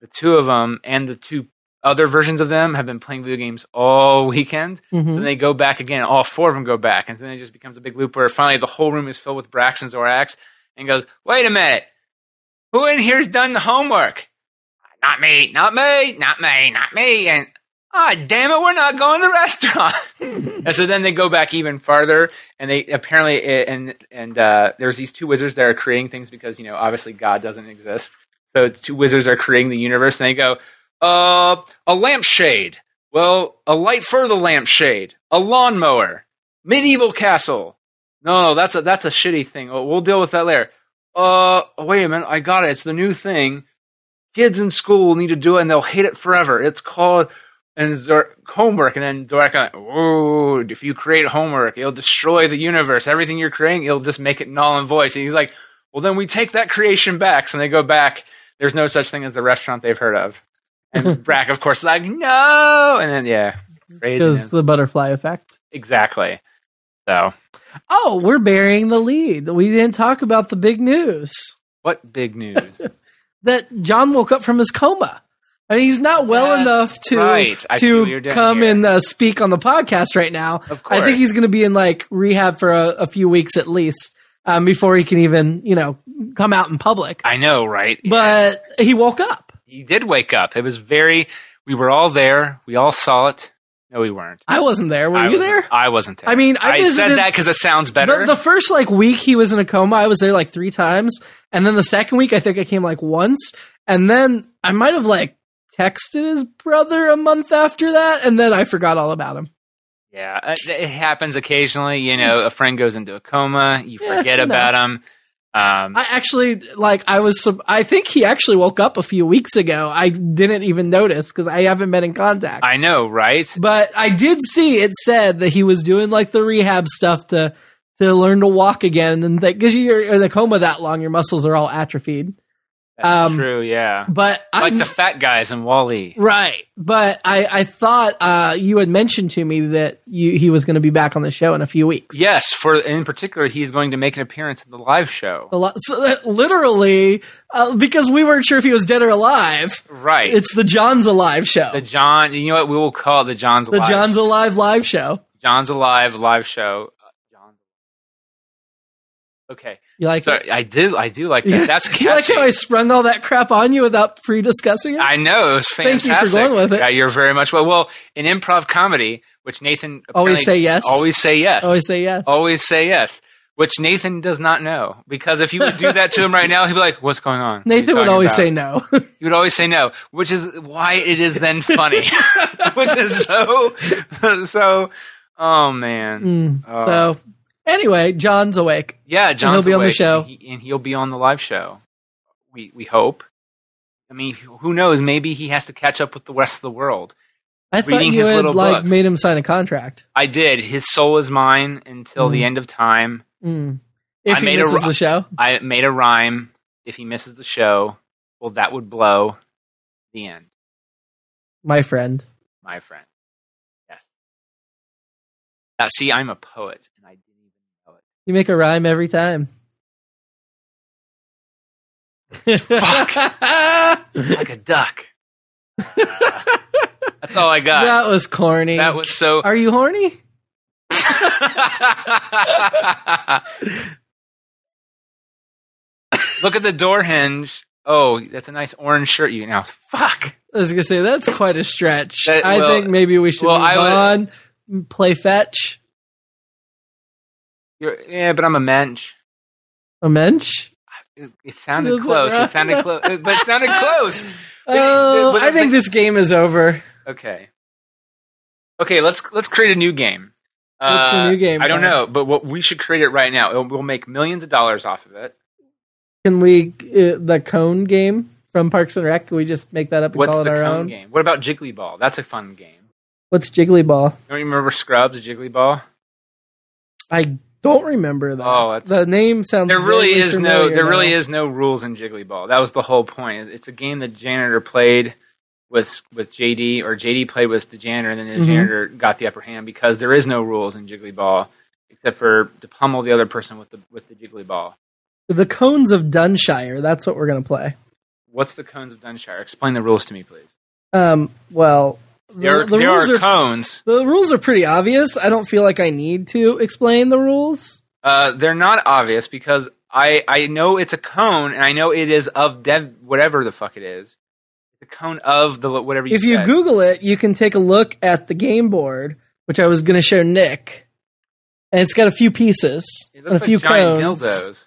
[SPEAKER 1] the two of them and the two other versions of them have been playing video games all weekend. So then they go back again. All four of them go back, and then it just becomes a big loop where finally the whole room is filled with Brax and Zorax, and goes, "Wait a minute, who in here's done the homework? Not me, not me, not me, not me." And ah, damn it, we're not going to the restaurant. and so then they go back even farther, and they apparently and and uh, there's these two wizards that are creating things because you know obviously God doesn't exist. So two wizards are creating the universe, and they go, "Uh, a lampshade." Well, a light for the lampshade, a lawnmower, medieval castle. No, no, that's a that's a shitty thing. Oh, We'll deal with that later. Uh, wait a minute, I got it. It's the new thing. Kids in school need to do it, and they'll hate it forever. It's called and Zor- homework. And then Zorak, like, "Whoa! If you create homework, it'll destroy the universe. Everything you're creating, it'll just make it null and void." And he's like, "Well, then we take that creation back." So they go back. There's no such thing as the restaurant they've heard of. And Brack, of course, like, no. And then, yeah,
[SPEAKER 2] Because
[SPEAKER 1] crazy.
[SPEAKER 2] the butterfly effect.
[SPEAKER 1] Exactly. So,
[SPEAKER 2] Oh, we're burying the lead. We didn't talk about the big news
[SPEAKER 1] what big news?
[SPEAKER 2] that John woke up from his coma. And he's not well
[SPEAKER 1] That's
[SPEAKER 2] enough to
[SPEAKER 1] right. I see what
[SPEAKER 2] to
[SPEAKER 1] you're doing
[SPEAKER 2] come
[SPEAKER 1] here.
[SPEAKER 2] and uh, speak on the podcast right now.
[SPEAKER 1] Of
[SPEAKER 2] I think
[SPEAKER 1] course.
[SPEAKER 2] he's going to be in like rehab for a, a few weeks at least um, before he can even you know come out in public.
[SPEAKER 1] I know, right?
[SPEAKER 2] But he woke up.
[SPEAKER 1] he did wake up. It was very. We were all there. We all saw it. No, we weren't.
[SPEAKER 2] I wasn't there. Were
[SPEAKER 1] I
[SPEAKER 2] you
[SPEAKER 1] wasn't-
[SPEAKER 2] there?
[SPEAKER 1] I wasn't there.
[SPEAKER 2] I mean, I
[SPEAKER 1] said
[SPEAKER 2] visited-
[SPEAKER 1] that because it sounds better.
[SPEAKER 2] The, the first like week he was in a coma, I was there like three times, and then the second week I think I came like once, and then I might have like texted his brother a month after that, and then I forgot all about him.
[SPEAKER 1] yeah, uh, it, it happens occasionally. You know, a friend goes into a coma. You
[SPEAKER 2] Yeah,
[SPEAKER 1] forget
[SPEAKER 2] you know.
[SPEAKER 1] about him. Um,
[SPEAKER 2] I actually like I was. sur- I think he actually woke up a few weeks ago. I didn't even notice because I haven't been in contact.
[SPEAKER 1] I know, right?
[SPEAKER 2] but I did see it said that he was doing like the rehab stuff to to learn to walk again, and that because you're in a coma that long, your muscles are all atrophied.
[SPEAKER 1] That's
[SPEAKER 2] um,
[SPEAKER 1] true. Yeah,
[SPEAKER 2] But I
[SPEAKER 1] like the fat guys in Wally.
[SPEAKER 2] Right. But I, I thought uh, you had mentioned to me that you, he was going to be back on the show in a few weeks.
[SPEAKER 1] Yes, for in particular, he's going to make an appearance at the live show.
[SPEAKER 2] A lot, so that literally, uh, because we weren't sure if he was dead or alive,
[SPEAKER 1] Right.
[SPEAKER 2] it's the John's Alive show.
[SPEAKER 1] the John. You know what? We will call it the John's
[SPEAKER 2] The
[SPEAKER 1] Alive.
[SPEAKER 2] John's Alive live show.
[SPEAKER 1] John's Alive live show. Uh, John. Okay.
[SPEAKER 2] You like
[SPEAKER 1] Sorry, I did. I do like
[SPEAKER 2] Yeah.
[SPEAKER 1] that. That's
[SPEAKER 2] You like
[SPEAKER 1] catchy.
[SPEAKER 2] how I sprung all that crap on you without pre discussing it?
[SPEAKER 1] I know it was
[SPEAKER 2] Thank
[SPEAKER 1] fantastic.
[SPEAKER 2] you for going with it.
[SPEAKER 1] Yeah, you're very much well. Well, in improv comedy, which Nathan
[SPEAKER 2] Always
[SPEAKER 1] apparently-
[SPEAKER 2] say yes.
[SPEAKER 1] Always say yes.
[SPEAKER 2] Always say yes.
[SPEAKER 1] Always say yes. Which Nathan does not know because if you would do that to him right now, he'd be like, "What's going on?" What are you
[SPEAKER 2] Nathan would
[SPEAKER 1] talking
[SPEAKER 2] always
[SPEAKER 1] about?"
[SPEAKER 2] say no.
[SPEAKER 1] He would always say no, which is why it is then funny, which is so so. Oh man.
[SPEAKER 2] Mm.
[SPEAKER 1] Oh.
[SPEAKER 2] So, anyway, John's awake.
[SPEAKER 1] Yeah, John's
[SPEAKER 2] be on the
[SPEAKER 1] awake,
[SPEAKER 2] show.
[SPEAKER 1] and, he, and he'll be on the live show. We we hope. I mean, who knows? Maybe he has to catch up with the rest of the world.
[SPEAKER 2] I thought
[SPEAKER 1] Reading
[SPEAKER 2] you
[SPEAKER 1] his
[SPEAKER 2] had
[SPEAKER 1] little
[SPEAKER 2] like
[SPEAKER 1] books.
[SPEAKER 2] made him sign a contract.
[SPEAKER 1] I did. His soul is mine until the
[SPEAKER 2] Mm.
[SPEAKER 1] end of time.
[SPEAKER 2] Mm. If
[SPEAKER 1] I
[SPEAKER 2] he
[SPEAKER 1] made a
[SPEAKER 2] misses
[SPEAKER 1] ro-
[SPEAKER 2] the show,
[SPEAKER 1] I made a rhyme. If he misses the show, well, that would blow. The end,
[SPEAKER 2] my friend.
[SPEAKER 1] my friend. Yes. Now, see, I'm a poet, and I didn't even know it.
[SPEAKER 2] You make a rhyme every time.
[SPEAKER 1] Fuck. Like a duck. that's all I got.
[SPEAKER 2] that was corny.
[SPEAKER 1] that was so.
[SPEAKER 2] Are you horny?
[SPEAKER 1] Look at the door hinge. Oh, that's a nice orange shirt you now. Fuck.
[SPEAKER 2] I was gonna say that's quite a stretch.
[SPEAKER 1] That-
[SPEAKER 2] I
[SPEAKER 1] well-
[SPEAKER 2] think maybe we should
[SPEAKER 1] well,
[SPEAKER 2] move
[SPEAKER 1] I
[SPEAKER 2] on. Play fetch.
[SPEAKER 1] You're, yeah, but I'm a mensch.
[SPEAKER 2] A mensch.
[SPEAKER 1] It, it sounded
[SPEAKER 2] Was that
[SPEAKER 1] close. It
[SPEAKER 2] right?
[SPEAKER 1] sounded close, but it sounded close.
[SPEAKER 2] Oh,
[SPEAKER 1] but
[SPEAKER 2] I think this game is over.
[SPEAKER 1] Okay. Okay, let's let's create a new game. Uh,
[SPEAKER 2] What's the new game,
[SPEAKER 1] I don't
[SPEAKER 2] Brian?
[SPEAKER 1] know, but what we should create it right now. It'll- we'll make millions of dollars off of it.
[SPEAKER 2] Can we uh, the cone game from Parks and Rec? Can we just make that up and
[SPEAKER 1] What's
[SPEAKER 2] call
[SPEAKER 1] the
[SPEAKER 2] it our
[SPEAKER 1] cone
[SPEAKER 2] own?
[SPEAKER 1] game? What about Jiggly Ball? That's a fun game.
[SPEAKER 2] What's Jiggly Ball?
[SPEAKER 1] Don't you remember Scrubs, Jiggly Ball?
[SPEAKER 2] I don't remember that.
[SPEAKER 1] Oh, that's-
[SPEAKER 2] the name sounds.
[SPEAKER 1] There really
[SPEAKER 2] vaguely
[SPEAKER 1] is no
[SPEAKER 2] familiar
[SPEAKER 1] there really
[SPEAKER 2] now.
[SPEAKER 1] is no rules in Jiggly Ball. That was the whole point. It's a game the janitor played with with JD or JD played with the janitor and then the
[SPEAKER 2] Mhm.
[SPEAKER 1] janitor got the upper hand because there is no rules in Jiggly Ball except for to pummel the other person with the with the Jiggly Ball.
[SPEAKER 2] the cones of Dunshire. That's what we're gonna play.
[SPEAKER 1] What's the cones of Dunshire? Explain the rules to me, please.
[SPEAKER 2] Um, well, the,
[SPEAKER 1] There, are
[SPEAKER 2] the
[SPEAKER 1] there
[SPEAKER 2] rules
[SPEAKER 1] are
[SPEAKER 2] are
[SPEAKER 1] cones.
[SPEAKER 2] the rules are pretty obvious. I don't feel like I need to explain the rules.
[SPEAKER 1] Uh, they're not obvious because I I know it's a cone and I know it is of dev whatever the fuck it is. The cone of the whatever you
[SPEAKER 2] If you
[SPEAKER 1] said.
[SPEAKER 2] Google it, you can take a look at the game board, which I was going to show Nick, and it's got a few pieces
[SPEAKER 1] it
[SPEAKER 2] and a
[SPEAKER 1] looks
[SPEAKER 2] few
[SPEAKER 1] like giant
[SPEAKER 2] cones.
[SPEAKER 1] dildos.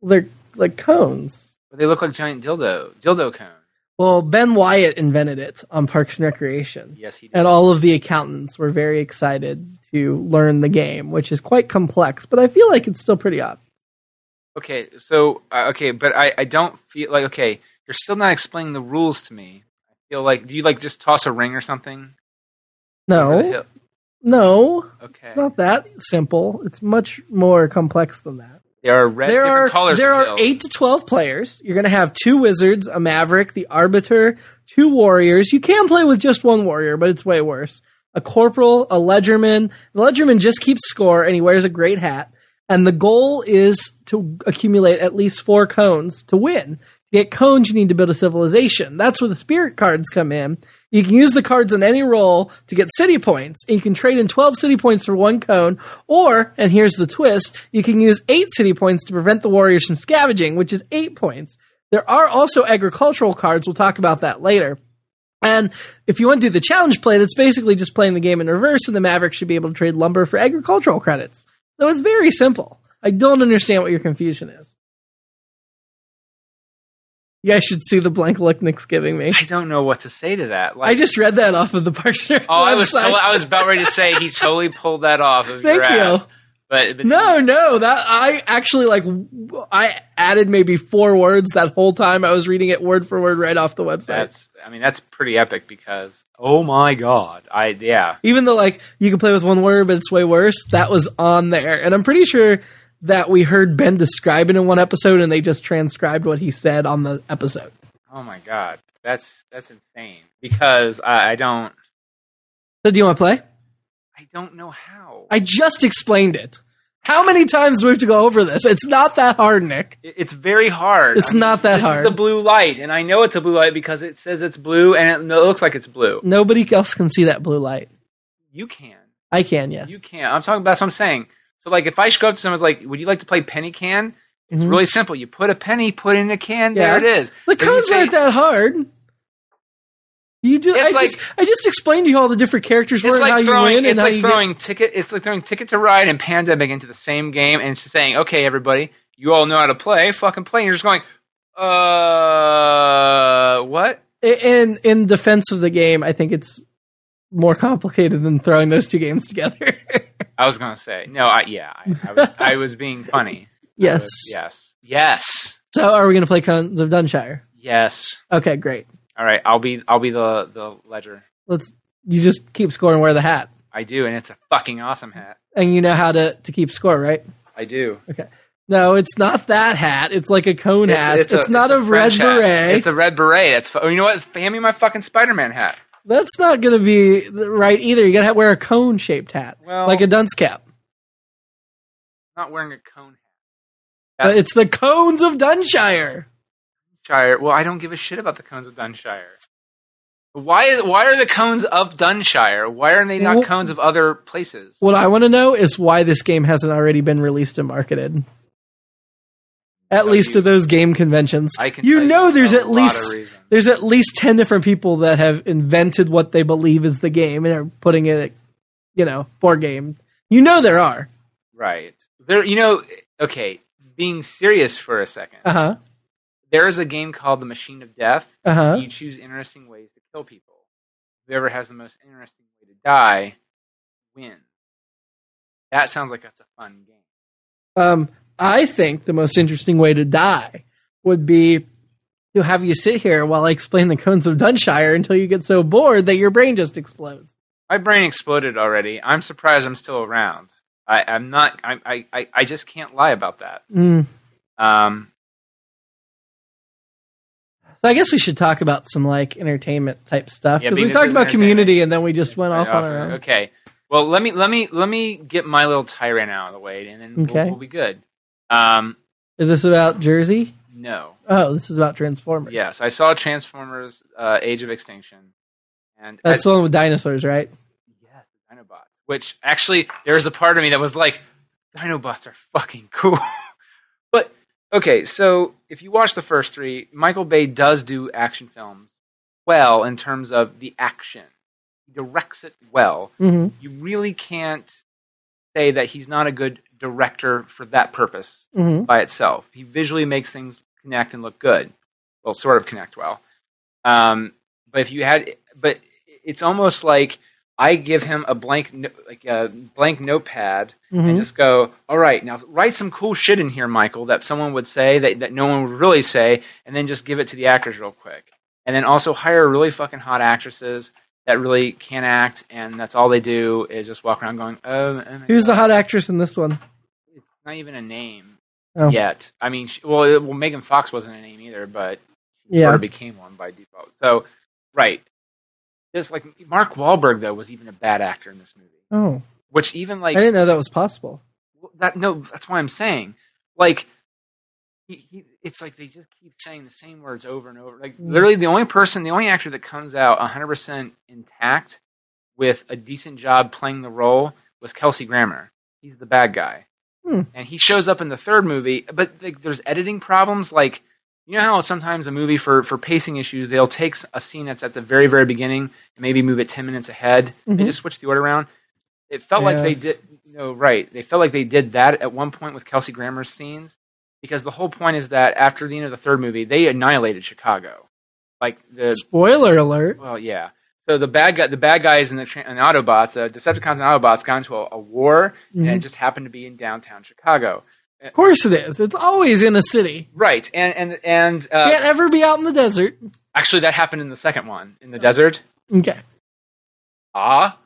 [SPEAKER 2] They're like cones.
[SPEAKER 1] But they look like giant dildo dildo cones.
[SPEAKER 2] Well, Ben Wyatt invented it on Parks and Recreation,
[SPEAKER 1] Yes, he did.
[SPEAKER 2] and all of the accountants were very excited to learn the game, which is quite complex, but I feel like it's still pretty obvious.
[SPEAKER 1] Okay, so uh, okay, but I I don't feel like okay. You're still not explaining the rules to me. I feel like do you like just toss a ring or something? over the
[SPEAKER 2] No,
[SPEAKER 1] hill?
[SPEAKER 2] no,
[SPEAKER 1] Okay.
[SPEAKER 2] it's not that simple. It's much more complex than that.
[SPEAKER 1] There are red
[SPEAKER 2] there
[SPEAKER 1] different
[SPEAKER 2] are
[SPEAKER 1] colors.
[SPEAKER 2] there
[SPEAKER 1] of
[SPEAKER 2] are
[SPEAKER 1] hills.
[SPEAKER 2] eight to twelve players. You're going to have two wizards, a maverick, the arbiter, two warriors. You can play with just one warrior, but it's way worse. A corporal, a ledgerman. The ledgerman just keeps score, and he wears a great hat. And the goal is to accumulate at least four cones to win. To get cones, you need to build a civilization. That's where the spirit cards come in. You can use the cards on any roll to get city points, and you can trade in 12 city points for one cone, or, and here's the twist, you can use 8 city points to prevent the warriors from scavenging, which is 8 points. There are also agricultural cards, we'll talk about that later. And if you want to do the challenge play, that's basically just playing the game in reverse, and the Mavericks should be able to trade lumber for agricultural credits. So it's very simple. I don't understand what your confusion is. You guys should see the blank look Nick's giving me.
[SPEAKER 1] I don't know what to say to that. Like,
[SPEAKER 2] I just read that off of the Parks and Rec
[SPEAKER 1] Oh, I was
[SPEAKER 2] website.
[SPEAKER 1] to- I was about ready to say he totally pulled that off of your
[SPEAKER 2] Thank you.
[SPEAKER 1] ass. But, but
[SPEAKER 2] no, no, that I actually like. w- I added maybe four words that whole time. I was reading it word for word right off the website.
[SPEAKER 1] that's I mean that's pretty epic because oh my god I yeah
[SPEAKER 2] Even though like you can play with one word, but it's way worse. That was on there, and I'm pretty sure that we heard Ben describe it in one episode, and they just transcribed what he said on the episode.
[SPEAKER 1] oh my god that's that's insane because I, I don't
[SPEAKER 2] So, do you want to play?
[SPEAKER 1] I don't know how
[SPEAKER 2] I just explained it. How many times do we have to go over this? It's not that hard, Nick.
[SPEAKER 1] It- it's very hard
[SPEAKER 2] It's
[SPEAKER 1] I mean,
[SPEAKER 2] not that
[SPEAKER 1] this
[SPEAKER 2] hard.
[SPEAKER 1] is a blue light and I know it's a blue light because it says it's blue and it no- it looks like it's blue
[SPEAKER 2] Nobody else can see that blue light.
[SPEAKER 1] you can
[SPEAKER 2] I can, yes.
[SPEAKER 1] you can I'm talking about that's what I'm saying so like if I show up to someone's like would you like to play penny can it's
[SPEAKER 2] Mhm.
[SPEAKER 1] really simple you put a penny put it in a can there
[SPEAKER 2] Yeah.
[SPEAKER 1] it is
[SPEAKER 2] The
[SPEAKER 1] But you
[SPEAKER 2] cones
[SPEAKER 1] say-
[SPEAKER 2] aren't that hard. You do. I
[SPEAKER 1] It's like-
[SPEAKER 2] just I just explained to you all the different characters were
[SPEAKER 1] It's
[SPEAKER 2] and how
[SPEAKER 1] like
[SPEAKER 2] you
[SPEAKER 1] throwing
[SPEAKER 2] win
[SPEAKER 1] it's
[SPEAKER 2] and how
[SPEAKER 1] like
[SPEAKER 2] you
[SPEAKER 1] throwing ticket it's like throwing ticket to ride and pandemic into the same game and it's just saying, Okay, everybody, you all know how to play, fucking play and you're just going, Uh what?
[SPEAKER 2] get. In in defense of the game, I think it's more complicated than throwing those two games together.
[SPEAKER 1] I was gonna say. No, I yeah, I, I was I was being funny. I
[SPEAKER 2] yes.
[SPEAKER 1] was- yes. Yes.
[SPEAKER 2] So are we going to play Cones of Dunshire?
[SPEAKER 1] Yes.
[SPEAKER 2] Okay, great.
[SPEAKER 1] All right, I'll be I'll be the the ledger.
[SPEAKER 2] Let's. You just keep score and wear the hat,
[SPEAKER 1] I do, and it's a fucking awesome hat.
[SPEAKER 2] and you know how to to keep score, right?
[SPEAKER 1] I do.
[SPEAKER 2] No, it's not that hat. It's like a cone hat. It's,
[SPEAKER 1] a-
[SPEAKER 2] not
[SPEAKER 1] it's
[SPEAKER 2] a, red
[SPEAKER 1] French hat.
[SPEAKER 2] beret.
[SPEAKER 1] It's a red beret. That's fu- oh, you know what? Hand me my fucking Spider Man hat.
[SPEAKER 2] That's not going to be right either. You got to wear a cone shaped hat,
[SPEAKER 1] Well-
[SPEAKER 2] like a dunce cap.
[SPEAKER 1] not wearing a cone hat.
[SPEAKER 2] But it's the cones of Dunshire.
[SPEAKER 1] Dunshire. Well, I don't give a shit about the cones of Dunshire. Why? Is, why are the cones of Dunshire? Why are they not
[SPEAKER 2] Well-
[SPEAKER 1] cones of other places?
[SPEAKER 2] What I want to know is why this game hasn't already been released and marketed. At
[SPEAKER 1] So
[SPEAKER 2] least
[SPEAKER 1] you-
[SPEAKER 2] to those game conventions.
[SPEAKER 1] I can
[SPEAKER 2] you
[SPEAKER 1] tell
[SPEAKER 2] know
[SPEAKER 1] you
[SPEAKER 2] there's
[SPEAKER 1] a
[SPEAKER 2] at
[SPEAKER 1] lot
[SPEAKER 2] least
[SPEAKER 1] of reasons.
[SPEAKER 2] there's at least 10 different people that have invented what they believe is the game and are putting it you know, board game. You know there are.
[SPEAKER 1] Right. There. You know. Okay. Being serious for a second,
[SPEAKER 2] Uh-huh.
[SPEAKER 1] there is a game called The Machine of Death.
[SPEAKER 2] Uh huh.
[SPEAKER 1] You choose interesting ways to kill people. Whoever has the most interesting way to die wins. That sounds like that's a fun game.
[SPEAKER 2] Um, I think the most interesting way to die would be to have you sit here while I explain the cones of Dunshire until you get so bored that your brain just explodes.
[SPEAKER 1] My brain exploded already. I'm surprised I'm still around. I, I'm not. I, I- I I just can't lie about that.
[SPEAKER 2] Mm.
[SPEAKER 1] Um,
[SPEAKER 2] So I guess we should talk about some like entertainment type stuff
[SPEAKER 1] Yeah,
[SPEAKER 2] because we
[SPEAKER 1] because
[SPEAKER 2] talked
[SPEAKER 1] it's
[SPEAKER 2] about community and then we just went off
[SPEAKER 1] right
[SPEAKER 2] on
[SPEAKER 1] off-
[SPEAKER 2] our own.
[SPEAKER 1] Okay. Well, let me let me let me get my little tirade out of the way, and then we'll-
[SPEAKER 2] Okay.
[SPEAKER 1] we'll, be good. Um,
[SPEAKER 2] Is this about Jersey?
[SPEAKER 1] no.
[SPEAKER 2] Oh, this is about Transformers.
[SPEAKER 1] Yes, I saw Transformers: uh, Age of Extinction, and
[SPEAKER 2] That's the one with dinosaurs, right?
[SPEAKER 1] Yes, the Dinobots. Which actually, there was a part of me that was like, Dinobots are fucking cool. but okay, so if you watch the first three, Michael Bay does do action films well in terms of the action. He directs it well.
[SPEAKER 2] Mm-hmm.
[SPEAKER 1] You really can't say that he's not a good director for that purpose
[SPEAKER 2] Mm-hmm.
[SPEAKER 1] by itself. He visually makes things connect and look good. Well, sort of connect well. Um, but if you had, but it's almost like I give him a blank, no- like a blank notepad
[SPEAKER 2] Mhm.
[SPEAKER 1] and just go, all right, now write some cool shit in here, Michael, that someone would say that, that no one would really say, and then just give it to the actors real quick. And then also hire really fucking hot actresses that really can act, and that's all they do is just walk around going, oh, oh my
[SPEAKER 2] Who's
[SPEAKER 1] God
[SPEAKER 2] the hot actress in this one?
[SPEAKER 1] it's not even a name
[SPEAKER 2] Oh.
[SPEAKER 1] yet. I mean, she, well, it, well, Megan Fox wasn't a name either, but she
[SPEAKER 2] Yeah.
[SPEAKER 1] sort of became one by default. So, right. Just like Mark Wahlberg though was even a bad actor in this movie,
[SPEAKER 2] Oh,
[SPEAKER 1] which even
[SPEAKER 2] I
[SPEAKER 1] like
[SPEAKER 2] didn't know that was possible.
[SPEAKER 1] that. No, that's why I'm saying like. He, he, it's like they just keep saying the same words over and over. Like
[SPEAKER 2] Mm.
[SPEAKER 1] literally, the only person, the only actor that comes out 100 percent intact with a decent job playing the role was Kelsey Grammer. He's the bad guy
[SPEAKER 2] Hmm.
[SPEAKER 1] and he shows up in the third movie but like there's editing problems like you know how sometimes a movie for for pacing issues they'll take a scene that's at the very very beginning and maybe move it 10 minutes ahead
[SPEAKER 2] Mhm.
[SPEAKER 1] they just switch the order around it felt like they
[SPEAKER 2] Yes.
[SPEAKER 1] did no right they felt like they did that at one point with kelsey grammer's scenes because the whole point is that after the end of the third movie they annihilated chicago like the
[SPEAKER 2] Spoiler alert.
[SPEAKER 1] well, yeah. So the bad guy, the bad guys and the tra- and Autobots, the Decepticons and Autobots, got into a, a war, and it
[SPEAKER 2] Mhm.
[SPEAKER 1] just happened to be in downtown Chicago.
[SPEAKER 2] Of course it is. It's always in a city.
[SPEAKER 1] Right, and and and uh,
[SPEAKER 2] Can't ever be out in the desert.
[SPEAKER 1] actually, that happened in the second one in
[SPEAKER 2] Oh.
[SPEAKER 1] the desert.
[SPEAKER 2] Okay.
[SPEAKER 1] Ah,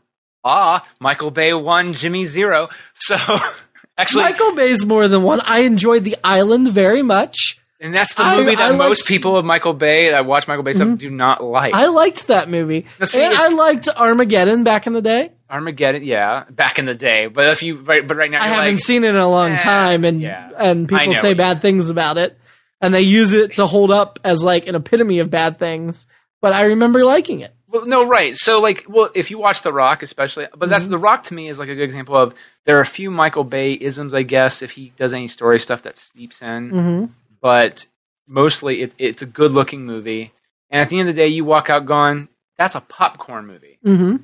[SPEAKER 1] ah, Michael Bay one, Jimmy zero. So actually,
[SPEAKER 2] Michael Bay's more than one. I enjoyed The Island very much.
[SPEAKER 1] and that's the
[SPEAKER 2] I-
[SPEAKER 1] movie
[SPEAKER 2] I
[SPEAKER 1] that
[SPEAKER 2] like
[SPEAKER 1] most
[SPEAKER 2] s-
[SPEAKER 1] people of Michael Bay that watch Michael Bay stuff do not like.
[SPEAKER 2] I liked that movie.
[SPEAKER 1] Now, see,
[SPEAKER 2] and
[SPEAKER 1] if-
[SPEAKER 2] I liked Armageddon back in the day.
[SPEAKER 1] Armageddon, yeah, back in the day, but if you right, but right now
[SPEAKER 2] I
[SPEAKER 1] you're
[SPEAKER 2] haven't
[SPEAKER 1] like,
[SPEAKER 2] seen it in a long
[SPEAKER 1] eh,
[SPEAKER 2] time, and
[SPEAKER 1] yeah.
[SPEAKER 2] and
[SPEAKER 1] I
[SPEAKER 2] people
[SPEAKER 1] know
[SPEAKER 2] say
[SPEAKER 1] it.
[SPEAKER 2] bad things about it, and they use it to hold up as like an epitome of bad things. But I remember liking it.
[SPEAKER 1] Well, no, right. So, like, well, if you watch The Rock, especially, but that's The Rock to me is like a good example of there are a few Michael Bay isms, I guess, if he does any story stuff that seeps in.
[SPEAKER 2] Mm-hmm.
[SPEAKER 1] But mostly, it, it's a good looking movie. And at the end of the day, you walk out going, "That's a popcorn movie."
[SPEAKER 2] Mm-hmm.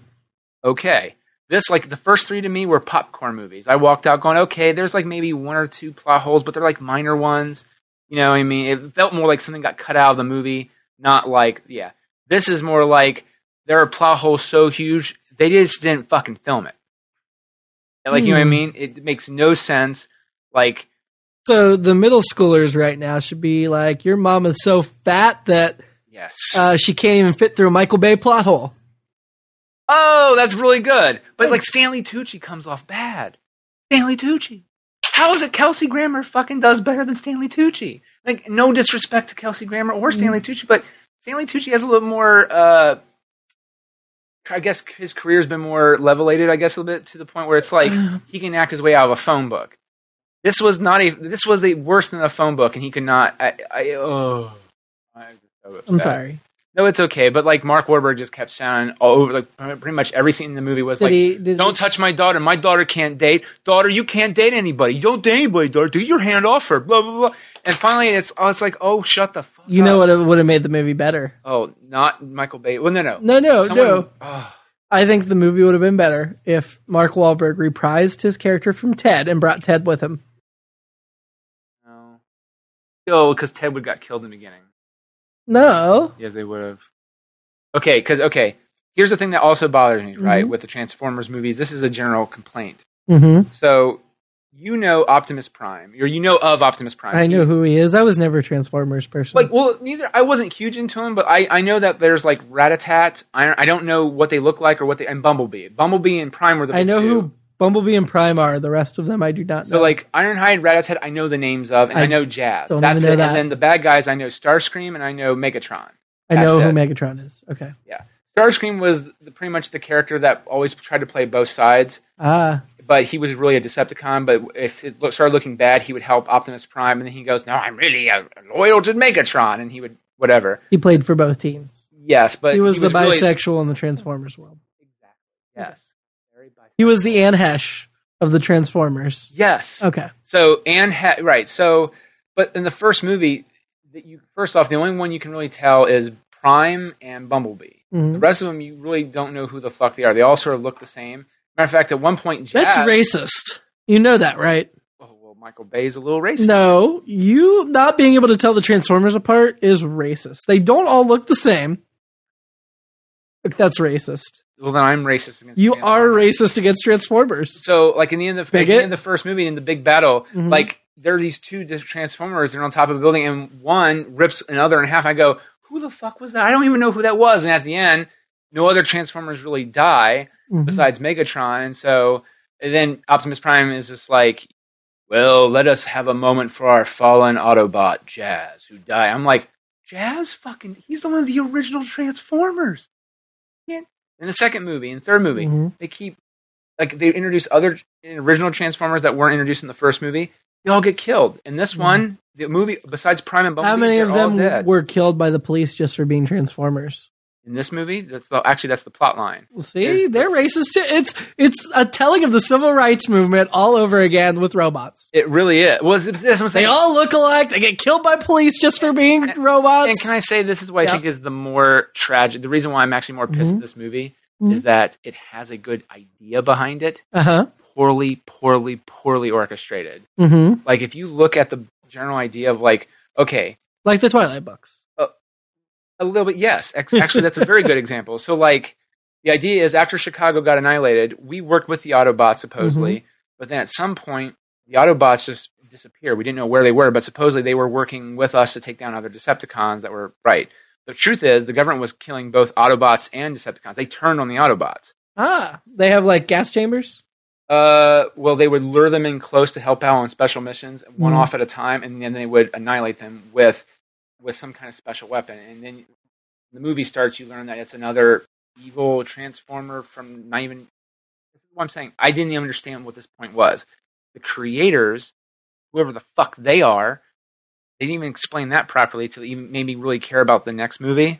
[SPEAKER 1] Okay, this like the first three to me were popcorn movies. I walked out going, "Okay, there's like maybe one or two plot holes, but they're like minor ones." You know, what I mean, it felt more like something got cut out of the movie, not like yeah. This is more like there are plot holes so huge they just didn't fucking film it. And, Like you know what I
[SPEAKER 2] Hmm.
[SPEAKER 1] mean? It makes no sense. Like
[SPEAKER 2] So the middle schoolers right now should be like, your mom is so fat that
[SPEAKER 1] yes.
[SPEAKER 2] uh, she can't even fit through a Michael Bay plot hole.
[SPEAKER 1] oh, that's really good. But like Stanley Tucci comes off bad. Stanley Tucci. How is it Kelsey Grammer fucking does better than Stanley Tucci? Like, no disrespect to Kelsey Grammer or
[SPEAKER 2] Mm.
[SPEAKER 1] Stanley Tucci, but Stanley Tucci has a little more. Uh, I guess his career's been more levelated. I guess a little bit to the point where it's like
[SPEAKER 2] Uh-huh.
[SPEAKER 1] he can act his way out of a phone book. This was not a. This was a worse than a phone book, and he could not. I. I oh. I'm so
[SPEAKER 2] I'm
[SPEAKER 1] upset.
[SPEAKER 2] sorry.
[SPEAKER 1] No, it's okay. But like Mark Warburg just kept shouting all over, like pretty much every scene in the movie was
[SPEAKER 2] Did
[SPEAKER 1] like,
[SPEAKER 2] he- did
[SPEAKER 1] "Don't
[SPEAKER 2] he-
[SPEAKER 1] touch my daughter. My daughter can't date. Daughter, you can't date anybody. You don't date anybody. Daughter, do your hand off her." Blah blah blah. And finally, it's oh, it's like, oh, shut the fuck.
[SPEAKER 2] You know
[SPEAKER 1] up.
[SPEAKER 2] what would have made the movie better?
[SPEAKER 1] Oh, not Michael Bay. Well, no, no,
[SPEAKER 2] No, no,
[SPEAKER 1] Someone-
[SPEAKER 2] no.
[SPEAKER 1] oh,
[SPEAKER 2] I think the movie would have been better if Mark Wahlberg reprised his character from Ted and brought Ted with him.
[SPEAKER 1] no. kill because Ted would got killed in the beginning.
[SPEAKER 2] No.
[SPEAKER 1] Yeah, they would have. Okay, because okay, here's the thing that also bothers me, right, with the Transformers movies. This is a general complaint.
[SPEAKER 2] Mm-hmm.
[SPEAKER 1] So you know Optimus Prime, or you know of Optimus Prime.
[SPEAKER 2] I know
[SPEAKER 1] You-
[SPEAKER 2] who he is. I was never a Transformers person.
[SPEAKER 1] Like, well, neither I wasn't huge into him, but I, I know that there's like Ratatat. I I don't know what they look like or what they and Bumblebee. Bumblebee and Prime were the
[SPEAKER 2] I
[SPEAKER 1] big
[SPEAKER 2] know
[SPEAKER 1] two.
[SPEAKER 2] who Bumblebee and Prime are. The rest of them, I do not know.
[SPEAKER 1] So like Ironhide, Ratatat, I know the names of, and I,
[SPEAKER 2] I
[SPEAKER 1] know Jazz.
[SPEAKER 2] don't
[SPEAKER 1] That's
[SPEAKER 2] even know
[SPEAKER 1] it.
[SPEAKER 2] that.
[SPEAKER 1] And then the bad guys, I know Starscream and I know Megatron.
[SPEAKER 2] I know who
[SPEAKER 1] that's
[SPEAKER 2] Megatron is. Okay.
[SPEAKER 1] Starscream was the, pretty much the character that always tried to play both sides,
[SPEAKER 2] Ah,
[SPEAKER 1] but he was really a Decepticon. But if it lo- started looking bad, he would help Optimus Prime, and then he goes, "No, I'm really uh, loyal to Megatron," and he would whatever.
[SPEAKER 2] he played for both teams.
[SPEAKER 1] Yes, but
[SPEAKER 2] He was, the
[SPEAKER 1] really-
[SPEAKER 2] bisexual in the Transformers world.
[SPEAKER 1] yes, very bisexual.
[SPEAKER 2] He was the Anhesh of the Transformers.
[SPEAKER 1] Yes.
[SPEAKER 2] Okay.
[SPEAKER 1] So Anne had right. So, but in the first movie, that you first off, the only one you can really tell is Prime and Bumblebee. The
[SPEAKER 2] Mhm.
[SPEAKER 1] rest of them, you really don't know who the fuck they are. They all sort of look the same. Matter of fact, at one point, Jazz,
[SPEAKER 2] That's racist. You know that, right?
[SPEAKER 1] Oh, well, Michael Bay's a little racist.
[SPEAKER 2] No, you not being able to tell the Transformers apart is racist. They don't all look the same. That's racist.
[SPEAKER 1] Well, then I'm racist against
[SPEAKER 2] You
[SPEAKER 1] the
[SPEAKER 2] are
[SPEAKER 1] Transformers.
[SPEAKER 2] racist against Transformers.
[SPEAKER 1] So, like in the end of like,
[SPEAKER 2] Bigot.
[SPEAKER 1] in the, end of the first movie, in the big battle,
[SPEAKER 2] Mhm.
[SPEAKER 1] like there are these two dis- Transformers. They're on top of a building, and one rips another in half. I go, "Who the fuck was that? I don't even know who that was." And at the end, no other Transformers really die.
[SPEAKER 2] Mhm.
[SPEAKER 1] besides Megatron. And so and then Optimus Prime is just like, well, let us have a moment for our fallen Autobot, Jazz, who died. I'm like, Jazz fucking, he's the one of the original Transformers. Yeah. In the second movie, in the third movie,
[SPEAKER 2] Mhm.
[SPEAKER 1] they keep, like, they introduce other original Transformers that weren't introduced in the first movie. They all get killed. In this
[SPEAKER 2] Mhm.
[SPEAKER 1] one, the movie, besides Prime and Bumblebee,
[SPEAKER 2] How many of
[SPEAKER 1] they're all
[SPEAKER 2] them
[SPEAKER 1] dead.
[SPEAKER 2] were killed by the police just for being Transformers?
[SPEAKER 1] in this movie, that's the, actually, that's the plot line.
[SPEAKER 2] Well, see,
[SPEAKER 1] There's-
[SPEAKER 2] they're racist too. It's it's a telling of the civil rights movement all over again with robots.
[SPEAKER 1] It really is. Well, this is what I'm
[SPEAKER 2] They
[SPEAKER 1] saying.
[SPEAKER 2] all look alike. They get killed by police just for being robots.
[SPEAKER 1] And can I say this is what I
[SPEAKER 2] Yeah.
[SPEAKER 1] think is the more tragic? The reason why I'm actually more pissed at
[SPEAKER 2] Mhm.
[SPEAKER 1] this movie is
[SPEAKER 2] Mhm.
[SPEAKER 1] that it has a good idea behind it,
[SPEAKER 2] uh huh.
[SPEAKER 1] poorly, poorly, poorly orchestrated.
[SPEAKER 2] hmm
[SPEAKER 1] Like if you look at the general idea of like, okay,
[SPEAKER 2] Like the Twilight books.
[SPEAKER 1] a little bit, yes, ex- actually that's a very good example. So like, the idea is after Chicago got annihilated, we worked with the Autobots supposedly, but then at some point the Autobots just disappeared. We didn't know where they were, but supposedly they were working with us to take down other Decepticons that were right. The truth is, the government was killing both Autobots and Decepticons. They turned on the Autobots.
[SPEAKER 2] Ah, they have like gas chambers.
[SPEAKER 1] Uh, well, they would lure them in close to help out on special missions, one
[SPEAKER 2] Mhm.
[SPEAKER 1] off at a time, and then they would annihilate them with with some kind of special weapon. And then the movie starts. You learn that it's another evil transformer from not even. This is what I'm saying. I didn't even understand what this point was. The creators, whoever the fuck they are, they didn't even explain that properly to even made me really care about the next movie.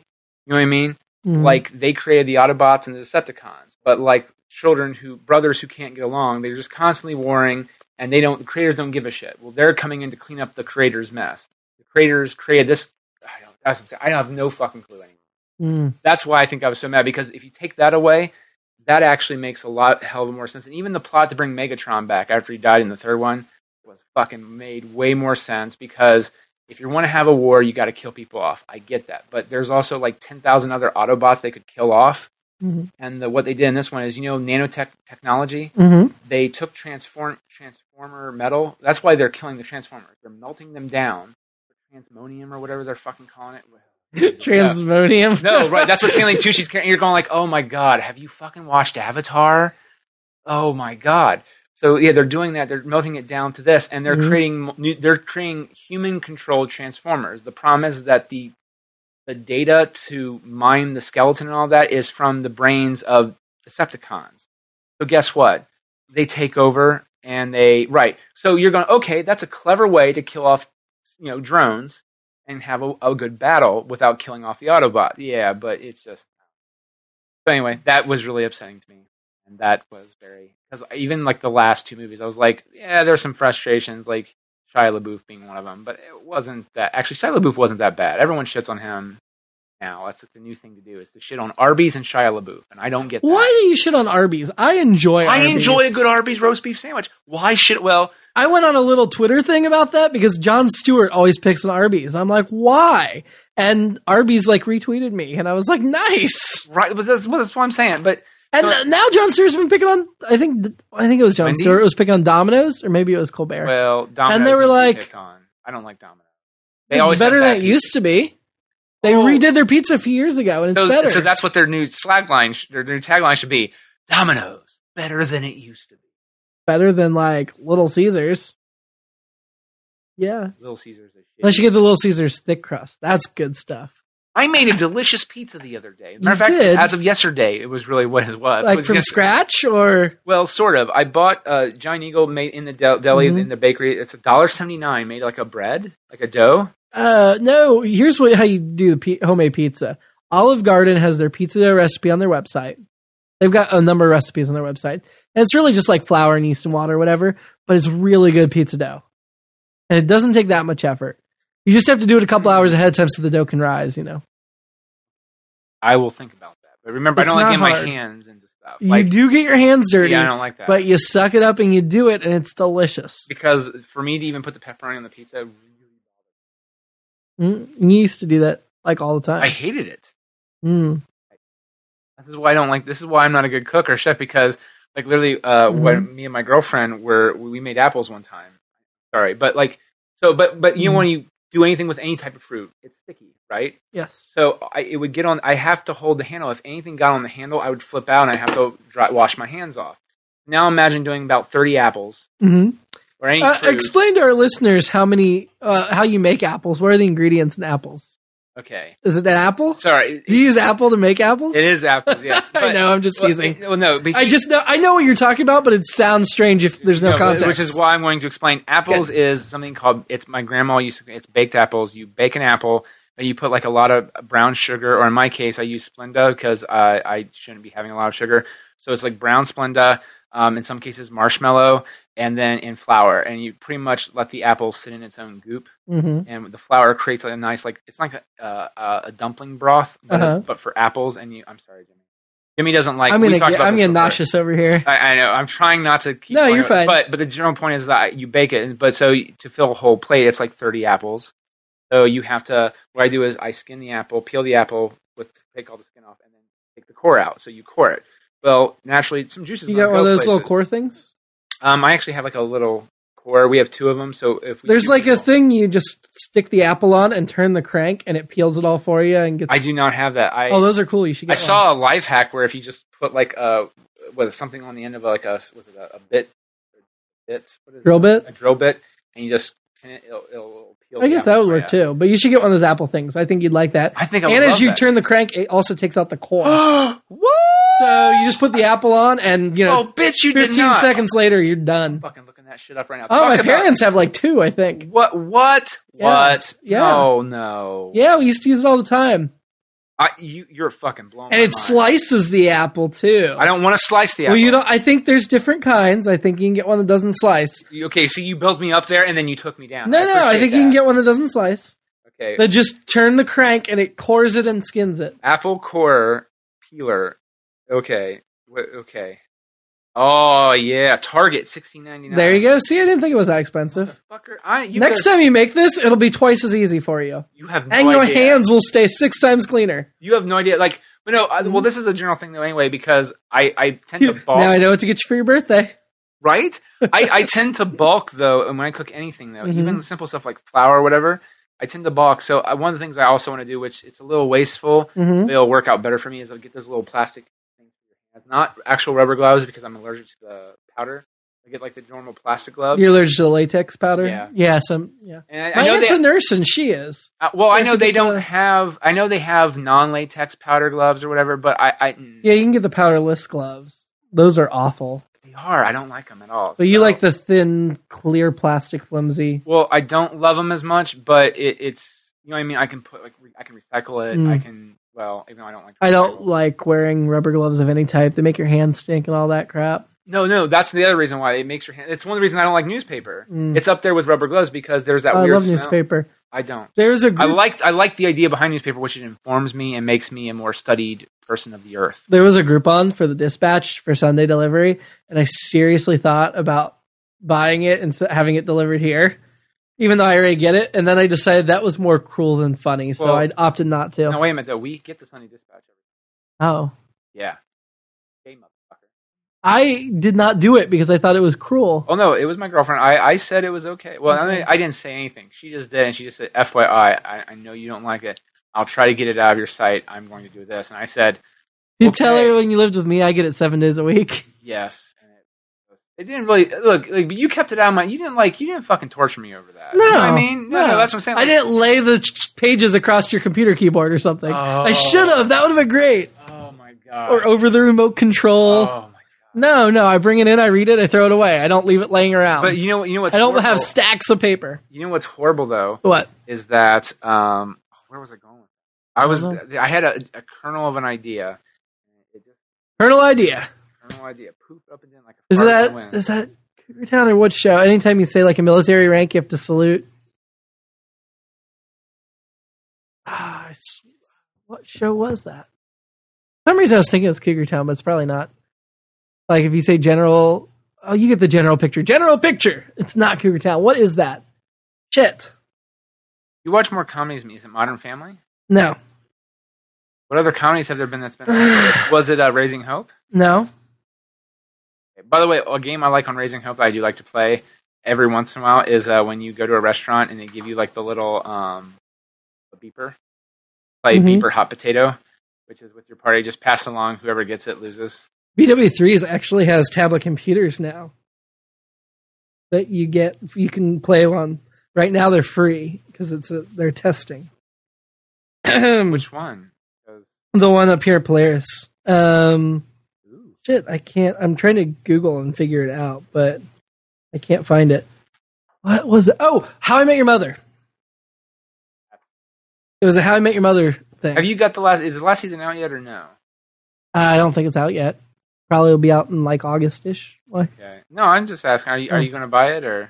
[SPEAKER 1] You know what I mean? like they created the Autobots and the Decepticons, but like children who brothers who can't get along, they're just constantly warring, and they don't the creators don't give a shit. Well, they're coming in to clean up the creators' mess. The creators created this. I don't. That's what I'm saying. I have no fucking clue anymore.
[SPEAKER 2] Mm.
[SPEAKER 1] That's why I think I was so mad because if you take that away, that actually makes a lot hell of a more sense. And even the plot to bring Megatron back after he died in the third one was fucking made way more sense because if you want to have a war, you got to kill people off. I get that, but there's also like ten thousand other Autobots they could kill off.
[SPEAKER 2] Mhm.
[SPEAKER 1] And the, what they did in this one is, you know, nanotech technology.
[SPEAKER 2] Mhm.
[SPEAKER 1] They took transform transformer metal. That's why they're killing the transformers. They're melting them down, transmonium or whatever they're fucking calling it.
[SPEAKER 2] Transmodium.
[SPEAKER 1] No, right. That's what Stanley Tucci's carrying. You're going like, oh my god, have you fucking watched Avatar? Oh my god. So yeah, they're doing that. They're melting it down to this, and they're
[SPEAKER 2] Mhm.
[SPEAKER 1] creating mo- new, they're creating human controlled transformers. The problem is that the the data to mine the skeleton and all that is from the brains of Decepticons. So guess what? They take over and they right. So you're going okay. That's a clever way to kill off you know drones and have a, a good battle without killing off the Autobot. Yeah, but it's just. So anyway, that was really upsetting to me, and that was very because even like the last two movies, I was like, yeah, there's some frustrations, like Shia LaBeouf being one of them, but it wasn't that. Actually, Shia LaBeouf wasn't that bad. Everyone shits on him now. That's like, the new thing to do is to shit on Arby's and Shia LaBeouf, and I don't get that.
[SPEAKER 2] Why do you shit on Arby's? I enjoy.
[SPEAKER 1] I
[SPEAKER 2] Arby's.
[SPEAKER 1] enjoy a good Arby's roast beef sandwich. Why should well?
[SPEAKER 2] I went on a little Twitter thing about that because John Stewart always picks on Arby's. I'm like, why? And Arby's like retweeted me, and I was like, nice.
[SPEAKER 1] Right, but that's, well, that's what I'm saying. But
[SPEAKER 2] And
[SPEAKER 1] So-
[SPEAKER 2] uh, now John Stewart's been picking on. I think I think it was John
[SPEAKER 1] Wendy's?
[SPEAKER 2] Stewart was picking on Domino's, or maybe it was Colbert.
[SPEAKER 1] well, Domino's
[SPEAKER 2] And they were
[SPEAKER 1] is being
[SPEAKER 2] like-
[SPEAKER 1] picked on. I don't like Domino's.
[SPEAKER 2] It's
[SPEAKER 1] They always
[SPEAKER 2] better
[SPEAKER 1] have
[SPEAKER 2] than
[SPEAKER 1] bad
[SPEAKER 2] it used to be. They
[SPEAKER 1] Oh.
[SPEAKER 2] redid their pizza a few years ago, and it's
[SPEAKER 1] so,
[SPEAKER 2] better.
[SPEAKER 1] so that's what their new slag line, sh- their new tagline should be: Domino's better than it used to be.
[SPEAKER 2] better than like Little Caesars. Yeah,
[SPEAKER 1] Little Caesars. is shit.
[SPEAKER 2] unless you get the Little Caesars thick crust, that's good stuff.
[SPEAKER 1] I made a delicious pizza the other day. Matter of fact,
[SPEAKER 2] did?
[SPEAKER 1] as of yesterday, it was really what it was. it
[SPEAKER 2] like
[SPEAKER 1] was
[SPEAKER 2] from
[SPEAKER 1] yes-
[SPEAKER 2] scratch, or
[SPEAKER 1] Well, sort of. I bought uh, Giant Eagle made in the del- deli
[SPEAKER 2] Mhm.
[SPEAKER 1] in the bakery. It's a dollar seventy nine. Made like a bread, like a dough.
[SPEAKER 2] uh, no? Here's what how you do the pi- homemade pizza. Olive Garden has their pizza dough recipe on their website. They've got a number of recipes on their website, and it's really just like flour and yeast and water, or whatever. But it's really good pizza dough, and it doesn't take that much effort. You just have to do it a couple hours ahead of time so the dough can rise. You know,
[SPEAKER 1] I will think about that. But remember,
[SPEAKER 2] It's
[SPEAKER 1] I don't like
[SPEAKER 2] not
[SPEAKER 1] getting
[SPEAKER 2] hard.
[SPEAKER 1] my hands into stuff. Like,
[SPEAKER 2] you do get your hands dirty.
[SPEAKER 1] See, I don't like that.
[SPEAKER 2] But you suck it up and you do it, and it's delicious.
[SPEAKER 1] because for me to even put the pepperoni on the pizza, really-
[SPEAKER 2] Mm, you used to do that like all the
[SPEAKER 1] I
[SPEAKER 2] time.
[SPEAKER 1] hated it.
[SPEAKER 2] Mm.
[SPEAKER 1] This is why I don't like. This is why I'm not a good cook or chef because, like, literally, uh,
[SPEAKER 2] Mm-hmm.
[SPEAKER 1] when me and my girlfriend were we made apples one time. Sorry, but like, so but but you know
[SPEAKER 2] Mhm.
[SPEAKER 1] when you do anything with any type of fruit, it's sticky, right?
[SPEAKER 2] Yes.
[SPEAKER 1] So I, it would get on. I have to hold the handle. If anything got on the handle, I would flip out and I have to dry, wash my hands off. Now imagine doing about thirty apples
[SPEAKER 2] hmm
[SPEAKER 1] or any.
[SPEAKER 2] Uh,
[SPEAKER 1] fruit.
[SPEAKER 2] explain to our listeners how many, uh, how you make apples. What are the ingredients in apples?
[SPEAKER 1] Okay,
[SPEAKER 2] Is it an apple?
[SPEAKER 1] sorry.
[SPEAKER 2] Do you use apple to make apples?
[SPEAKER 1] It is apples. Yes,
[SPEAKER 2] I know. I'm just
[SPEAKER 1] Well,
[SPEAKER 2] teasing.
[SPEAKER 1] it- Well, no, but
[SPEAKER 2] I
[SPEAKER 1] he-
[SPEAKER 2] just know. I know what you're talking about, but it sounds strange if there's no,
[SPEAKER 1] but-
[SPEAKER 2] context.
[SPEAKER 1] which is why I'm going to explain. Apples is something called. It's my grandma used to. It's baked apples. You bake an apple. And you put like a lot of brown sugar, or in my case, I use Splenda because uh, I shouldn't be having a lot of sugar. So it's like brown Splenda, um, in some cases marshmallow, and then in flour. And you pretty much let the apple sit in its own goop,
[SPEAKER 2] Mhm.
[SPEAKER 1] and the flour creates a nice like it's like a uh, a dumpling broth, but, it's-
[SPEAKER 2] Uh-huh.
[SPEAKER 1] but for apples. And you, I'm sorry, Jimmy. Jimmy doesn't like.
[SPEAKER 2] I'm
[SPEAKER 1] we
[SPEAKER 2] gonna.
[SPEAKER 1] talked
[SPEAKER 2] Get,
[SPEAKER 1] about
[SPEAKER 2] I'm
[SPEAKER 1] this
[SPEAKER 2] getting
[SPEAKER 1] before.
[SPEAKER 2] nauseous over here.
[SPEAKER 1] I, I know. I'm trying not to keep.
[SPEAKER 2] No,
[SPEAKER 1] going
[SPEAKER 2] you're
[SPEAKER 1] over it,
[SPEAKER 2] fine.
[SPEAKER 1] But but the general point is that you bake it, but so you- to fill a whole plate, it's like 30 apples. So you have to. What I do is I skin the apple, peel the apple, with take all the skin off, and then take the core out. So you core it. Well, naturally, some juices.
[SPEAKER 2] You
[SPEAKER 1] wanna
[SPEAKER 2] got one of
[SPEAKER 1] go
[SPEAKER 2] those little
[SPEAKER 1] places.
[SPEAKER 2] core things.
[SPEAKER 1] Um, I actually have like a little core. We have two of them. So if we
[SPEAKER 2] There's
[SPEAKER 1] do
[SPEAKER 2] like a
[SPEAKER 1] people-
[SPEAKER 2] thing you just stick the apple on and turn the crank, and it peels it all for you and gets.
[SPEAKER 1] I do not have that. I
[SPEAKER 2] oh, those are cool. You should.
[SPEAKER 1] I
[SPEAKER 2] Get one.
[SPEAKER 1] saw a life hack where if you just put like a was something on the end of like a was it a, a bit bit what is it?
[SPEAKER 2] drill bit.
[SPEAKER 1] a drill bit and you just pin it, it'll, it'll peel.
[SPEAKER 2] I guess that would work too. But you should get one of those Apple things. I think you'd like that.
[SPEAKER 1] I think I would
[SPEAKER 2] And as
[SPEAKER 1] love
[SPEAKER 2] you
[SPEAKER 1] that.
[SPEAKER 2] turn the crank, it also takes out the core.
[SPEAKER 1] what?
[SPEAKER 2] so you just put the Apple on, and you know,
[SPEAKER 1] Oh, bitch, you did
[SPEAKER 2] 15
[SPEAKER 1] not.
[SPEAKER 2] seconds later, you're
[SPEAKER 1] I'm
[SPEAKER 2] done.
[SPEAKER 1] fucking looking that shit up right now.
[SPEAKER 2] Oh,
[SPEAKER 1] Talk
[SPEAKER 2] my
[SPEAKER 1] about-
[SPEAKER 2] parents have like two, I think.
[SPEAKER 1] What? What?
[SPEAKER 2] Yeah.
[SPEAKER 1] What?
[SPEAKER 2] Yeah.
[SPEAKER 1] No, no.
[SPEAKER 2] Yeah, we used to use it all the time,
[SPEAKER 1] I, you, you're fucking blown.
[SPEAKER 2] and
[SPEAKER 1] my
[SPEAKER 2] it
[SPEAKER 1] mind.
[SPEAKER 2] slices the apple too.
[SPEAKER 1] I don't want to slice the apple.
[SPEAKER 2] Well, you don't. I think there's different kinds. I think you can get one that doesn't slice.
[SPEAKER 1] You- Okay, see, you built me up there, and then you took me down.
[SPEAKER 2] No, no, I think you can get one that doesn't slice.
[SPEAKER 1] get. Okay,
[SPEAKER 2] That just turn the crank and it cores it and skins it.
[SPEAKER 1] apple core peeler. Okay, Wha- okay. Oh yeah, Target sixteen ninety nine.
[SPEAKER 2] There you go. See, I didn't think it was that expensive.
[SPEAKER 1] Fucker, I, you
[SPEAKER 2] Next
[SPEAKER 1] guys-
[SPEAKER 2] time you make this, it'll be twice as easy for you.
[SPEAKER 1] you have no
[SPEAKER 2] and your
[SPEAKER 1] idea.
[SPEAKER 2] hands will stay six times cleaner.
[SPEAKER 1] You have no idea. Like, but no. I, well, this is a general thing though, anyway, because I I tend to
[SPEAKER 2] Phew.
[SPEAKER 1] bulk.
[SPEAKER 2] Now I know what to get you for your birthday.
[SPEAKER 1] right? I I tend to bulk though, and when I cook anything though,
[SPEAKER 2] Mhm.
[SPEAKER 1] even simple stuff like flour or whatever, I tend to bulk. So I, one of the things I also want to do, which it's a little wasteful,
[SPEAKER 2] Mm-hmm.
[SPEAKER 1] but it'll work out better for me, is I'll get those little plastic things. Not actual rubber gloves because I'm allergic to the powder. I get like the normal plastic gloves.
[SPEAKER 2] You're allergic to latex powder.
[SPEAKER 1] Yeah.
[SPEAKER 2] some. Yeah.
[SPEAKER 1] and I, I
[SPEAKER 2] My
[SPEAKER 1] know
[SPEAKER 2] aunt's
[SPEAKER 1] they,
[SPEAKER 2] a nurse, and she is.
[SPEAKER 1] uh, well, I
[SPEAKER 2] I
[SPEAKER 1] know
[SPEAKER 2] think
[SPEAKER 1] they
[SPEAKER 2] it's
[SPEAKER 1] don't
[SPEAKER 2] a-
[SPEAKER 1] have. I know they have non-latex powder gloves or whatever, but I, I mm,
[SPEAKER 2] Yeah, you can get the powderless gloves. Those are awful.
[SPEAKER 1] they are. I don't like them at all.
[SPEAKER 2] But you
[SPEAKER 1] so-
[SPEAKER 2] like the thin, clear plastic flimsy.
[SPEAKER 1] Well, I don't love them as much, but it, it's you know what I mean. I can put like re- I can recycle it.
[SPEAKER 2] Mm.
[SPEAKER 1] I can well, even though I don't like.
[SPEAKER 2] I don't
[SPEAKER 1] recycle.
[SPEAKER 2] like wearing rubber gloves of any type. They make your hands stink and all that crap.
[SPEAKER 1] No, no, that's the other reason why it makes your hand. It's one of the reasons I don't like newspaper.
[SPEAKER 2] Mm.
[SPEAKER 1] It's up there with rubber gloves because there's that
[SPEAKER 2] I
[SPEAKER 1] weird
[SPEAKER 2] love
[SPEAKER 1] smell.
[SPEAKER 2] newspaper. Mm-hmm.
[SPEAKER 1] I don't.
[SPEAKER 2] There's a
[SPEAKER 1] I
[SPEAKER 2] group,
[SPEAKER 1] like I like the idea behind newspaper, which it informs me and makes me a more studied person of the earth.
[SPEAKER 2] there was a Groupon for the dispatch for Sunday delivery, and I seriously thought about buying it and s- having it delivered here, even though I already get it. And then I decided that was more cruel than funny, so
[SPEAKER 1] Well-
[SPEAKER 2] I opted not to.
[SPEAKER 1] Now wait a minute though. We get the Sunday Dispatch.
[SPEAKER 2] oh,
[SPEAKER 1] Yeah. Hey, motherfucker.
[SPEAKER 2] I did not do it because I thought it was cruel.
[SPEAKER 1] Oh no, it was my girlfriend. I, I said it was okay. Well, I, mean, I didn't say anything. She just did, and she just said, "FYI, I, I know you don't like it. I'll try to get it out of your sight. I'm going to do this." And I said,
[SPEAKER 2] You tell
[SPEAKER 1] okay.
[SPEAKER 2] her when you lived with me, I get it seven days a week.
[SPEAKER 1] "Yes." And it, it didn't really look. Like, but you kept it out of my. You didn't like. You didn't fucking torture me over that.
[SPEAKER 2] No,
[SPEAKER 1] You know what I mean, no, no, that's what I'm saying.
[SPEAKER 2] I
[SPEAKER 1] Like,
[SPEAKER 2] didn't lay the ch- pages across your computer keyboard or something. I
[SPEAKER 1] Oh.
[SPEAKER 2] should have. That would have been great.
[SPEAKER 1] Oh my god.
[SPEAKER 2] Or over the remote control.
[SPEAKER 1] oh my.
[SPEAKER 2] No, no. I bring it in, I read it, I throw it away. I don't leave it laying around.
[SPEAKER 1] But you know what? You know what's
[SPEAKER 2] I don't
[SPEAKER 1] horrible?
[SPEAKER 2] have stacks of paper.
[SPEAKER 1] you know what's horrible though
[SPEAKER 2] What?
[SPEAKER 1] is that um where was I going? I was
[SPEAKER 2] I don't
[SPEAKER 1] I had a, a kernel of an idea. It just
[SPEAKER 2] Colonel Idea.
[SPEAKER 1] kernel idea pooped up and down like a
[SPEAKER 2] Is
[SPEAKER 1] fart in
[SPEAKER 2] that
[SPEAKER 1] the wind.
[SPEAKER 2] is that Cougar Town or what show? Anytime you say like a military rank, you have to salute. Ah, it's, what show was that? For some reason I was thinking it was Cougar Town, but it's probably not. Like if you say general, oh, you get the general picture. General picture. It's not Cougar Town. What is that? Shit.
[SPEAKER 1] You watch more comedies than me. Is it Modern Family?
[SPEAKER 2] No.
[SPEAKER 1] What other comedies have there been that's been? was it uh, Raising Hope?
[SPEAKER 2] No.
[SPEAKER 1] By the way, a game I like on Raising Hope that I do like to play every once in a while is uh, when you go to a restaurant and they give you like the little um, a beeper, play
[SPEAKER 2] Mhm.
[SPEAKER 1] beeper hot potato, which is with your party. Just pass it along. Whoever gets it loses.
[SPEAKER 2] BW3s actually has tablet computers now that you get you can play on. Right now they're free because it's a, they're testing. the
[SPEAKER 1] Which one? 'Cause-
[SPEAKER 2] one up here, Polaris. Um,
[SPEAKER 1] ooh.
[SPEAKER 2] shit, I can't. I'm trying to Google and figure it out, but I can't find it. What was it? Oh, How I Met Your Mother. It was a How I Met Your Mother thing.
[SPEAKER 1] Have you got the last? Is the last season out yet or no?
[SPEAKER 2] I don't think it's out yet. Probably will be out in like August ish. Like.
[SPEAKER 1] Okay. No, I'm just asking. Are you
[SPEAKER 2] Hmm.
[SPEAKER 1] are you going to buy it or?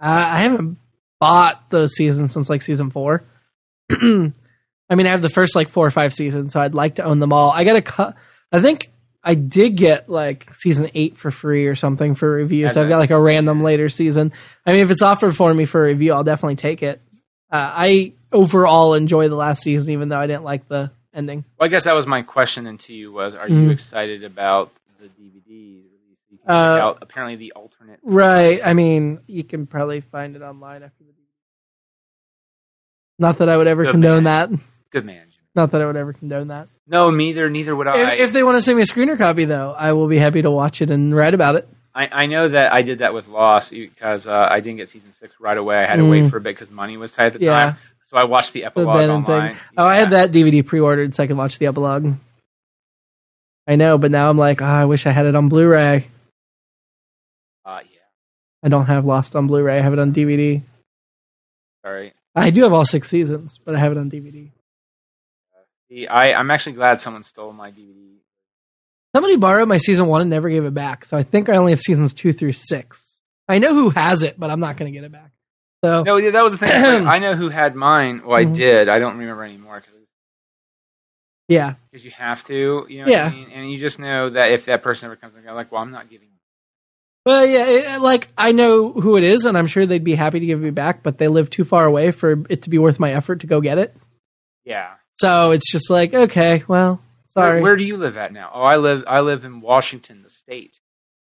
[SPEAKER 2] Uh, I haven't bought those seasons since like season four. I mean, I have the first like four or five seasons, so I'd like to own them all. I got a cut. I think I did get like season eight for free or something for review. So
[SPEAKER 1] As
[SPEAKER 2] I've got like a
[SPEAKER 1] is.
[SPEAKER 2] random later season. I mean, if it's offered for me for review, I'll definitely take it. Uh, I overall enjoy the last season, even though I didn't like the ending.
[SPEAKER 1] Well, I guess that was my question then to you was, are you
[SPEAKER 2] Mm.
[SPEAKER 1] excited about the DVD release? You can
[SPEAKER 2] Uh,
[SPEAKER 1] check out apparently the alternate.
[SPEAKER 2] Right. I mean, you can probably find it online after the. Not that I would ever
[SPEAKER 1] Good
[SPEAKER 2] condone that.
[SPEAKER 1] Good man. Jimmy.
[SPEAKER 2] Not that I would ever condone that.
[SPEAKER 1] No, neither. Neither would I.
[SPEAKER 2] If, if they want to send me a screener copy, though, I will be happy to watch it and write about it.
[SPEAKER 1] I, I know that I did that with Lost because uh, I didn't get season six right away. I had to
[SPEAKER 2] Mm.
[SPEAKER 1] wait for a bit because money was tight at the
[SPEAKER 2] Yeah.
[SPEAKER 1] time. So I watched the
[SPEAKER 2] The
[SPEAKER 1] epilogue
[SPEAKER 2] Venom
[SPEAKER 1] online.
[SPEAKER 2] thing. Oh, I had
[SPEAKER 1] Yeah.
[SPEAKER 2] that DVD pre-ordered so I could watch the epilogue. I know, but now I'm like, ah, I wish I had it on Blu-ray.
[SPEAKER 1] Uh, yeah.
[SPEAKER 2] I don't have Lost on Blu-ray. I have it on DVD.
[SPEAKER 1] Sorry.
[SPEAKER 2] I do have all six seasons, but I have it on DVD.
[SPEAKER 1] The- I, I'm actually glad someone stole my DVD.
[SPEAKER 2] Somebody borrowed my season one and never gave it back, so I think I only have seasons two through six. I know who has it, but I'm not going to get it back. So
[SPEAKER 1] No, yeah, that was the thing. It's like, I know who had mine. Well, I
[SPEAKER 2] Mhm.
[SPEAKER 1] did. I don't remember anymore
[SPEAKER 2] yeah,
[SPEAKER 1] because you have to. You know
[SPEAKER 2] Yeah.
[SPEAKER 1] what I mean? And you just know that if that person ever comes and go, like, well, I'm not giving
[SPEAKER 2] Well, yeah, it, like I know who it is, and I'm sure they'd be happy to give me back, but they live too far away for it to be worth my effort to go get it.
[SPEAKER 1] Yeah.
[SPEAKER 2] So it's just like, okay, well, sorry.
[SPEAKER 1] Where, where do you live at now? Oh, I live I live in Washington, the state.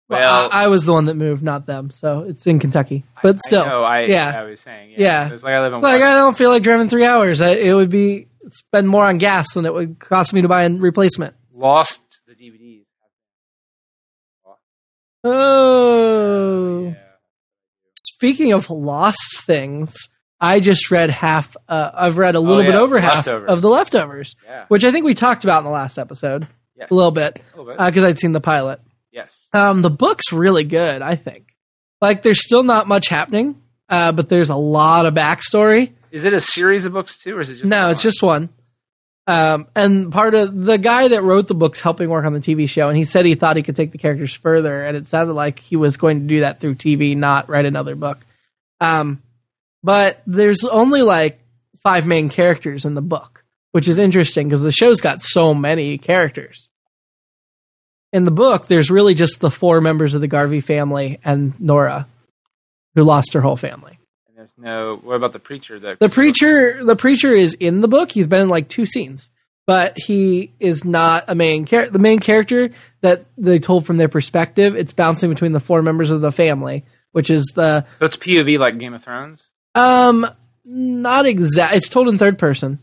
[SPEAKER 2] Well,
[SPEAKER 1] Well,
[SPEAKER 2] I, I was the one that moved, not them. So it's in Kentucky,
[SPEAKER 1] I
[SPEAKER 2] but still,
[SPEAKER 1] know, I,
[SPEAKER 2] yeah.
[SPEAKER 1] I was saying, yeah.
[SPEAKER 2] Yeah.
[SPEAKER 1] So it's like I live in
[SPEAKER 2] it's like I
[SPEAKER 1] Washington.
[SPEAKER 2] don't feel like driving three hours. I, it would be spend more on gas than it would cost me to buy a replacement.
[SPEAKER 1] lost the DVDs.
[SPEAKER 2] Oh.
[SPEAKER 1] Yeah.
[SPEAKER 2] Speaking of lost things, I just read half. Uh, I've read a little
[SPEAKER 1] Oh, yeah,
[SPEAKER 2] bit over
[SPEAKER 1] The
[SPEAKER 2] half
[SPEAKER 1] Leftovers.
[SPEAKER 2] of the leftovers,
[SPEAKER 1] Yeah.
[SPEAKER 2] which I think we talked about in the last episode
[SPEAKER 1] Yes.
[SPEAKER 2] a little bit.
[SPEAKER 1] A little bit.
[SPEAKER 2] because I'd seen the pilot.
[SPEAKER 1] yes.
[SPEAKER 2] Um, the book's really good, I think. Like, there's still not much happening, uh, but there's a lot of backstory.
[SPEAKER 1] Is it a series of books too, or is it just
[SPEAKER 2] No,
[SPEAKER 1] one?
[SPEAKER 2] it's just one. Um, and part of the guy that wrote the book's helping work on the TV show, and he said he thought he could take the characters further, and it sounded like he was going to do that through TV, not write another book. Um, but there's only like five main characters in the book, which is interesting because the show's got so many characters. In the book, there's really just the four members of the Garvey family and Nora. who lost her whole family.
[SPEAKER 1] And there's no. What about the preacher? That
[SPEAKER 2] The preacher, the preacher is in the book. He's been in like two scenes, but he is not a main character. The main character that they told from their perspective, it's bouncing between the four members of the family, which is the
[SPEAKER 1] So it's POV like Game of Thrones.
[SPEAKER 2] um not exact. It's told in third person.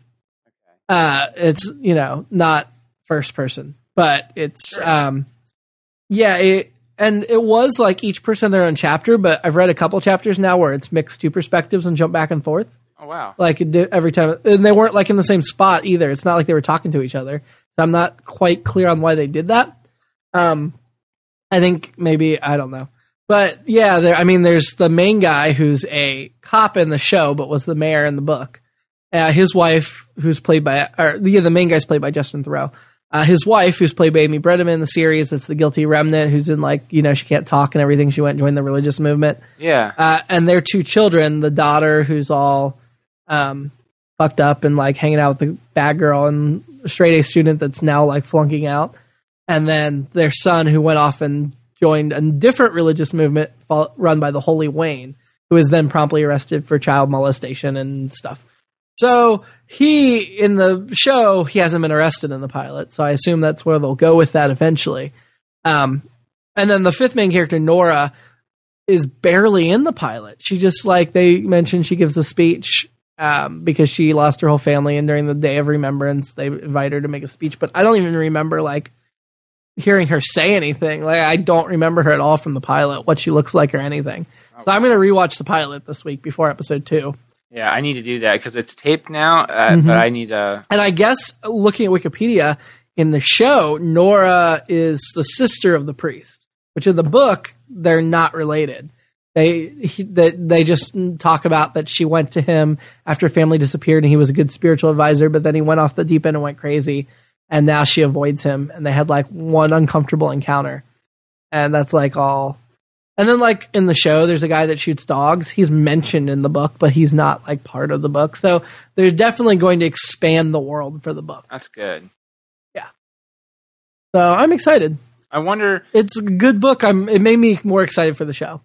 [SPEAKER 2] Uh, it's you know not first person, but it's um yeah it. And it was like each person their own chapter, but I've read a couple chapters now where it's mixed two perspectives and jump back and forth
[SPEAKER 1] Oh wow.
[SPEAKER 2] like it did every time and they weren't like in the same spot either it's not like they were talking to each other so i'm not quite clear on why they did that um i think maybe i don't know but yeah there i mean there's the main guy who's a cop in the show but was the mayor in the book uh, his wife who's played by or yeah the main guy's played by justin thoreau uh, his wife, who's played by Amy Brenneman in the series, that's the guilty remnant, who's in like you know she can't talk and everything. She went and joined the religious movement
[SPEAKER 1] Yeah.
[SPEAKER 2] uh, and their two children, the daughter who's all um, fucked up and like hanging out with the bad girl, and a straight A student that's now like flunking out, and then their son who went off and joined a different religious movement fo- run by the Holy Wayne, who was then promptly arrested for child molestation and stuff. So he in the show he hasn't been arrested in the pilot, so I assume that's where they'll go with that eventually. Um, and then the fifth main character Nora is barely in the pilot. She just like they mentioned she gives a speech um, because she lost her whole family, and during the day of remembrance, they invite her to make a speech. But I don't even remember like hearing her say anything. Like I don't remember her at all from the pilot, what she looks like or anything. So I'm gonna rewatch the pilot this week before episode two.
[SPEAKER 1] Yeah. I need to do that because it's taped now, uh,
[SPEAKER 2] Mm-hmm.
[SPEAKER 1] but I need to.
[SPEAKER 2] And I guess looking at Wikipedia in the show, Nora is the sister of the priest, which in the book they're not related. They he, that they just talk about that she went to him after family disappeared and he was a good spiritual advisor, but then he went off the deep end and went crazy, and now she avoids him, and they had like one uncomfortable encounter, and that's like all. And then like in the show, there's a guy that shoots dogs. He's mentioned in the book, but he's not like part of the book. So they're definitely going to expand the world for the book.
[SPEAKER 1] That's good.
[SPEAKER 2] So I'm excited.
[SPEAKER 1] I wonder.
[SPEAKER 2] It's a good book. I'm. It made me more excited for the show.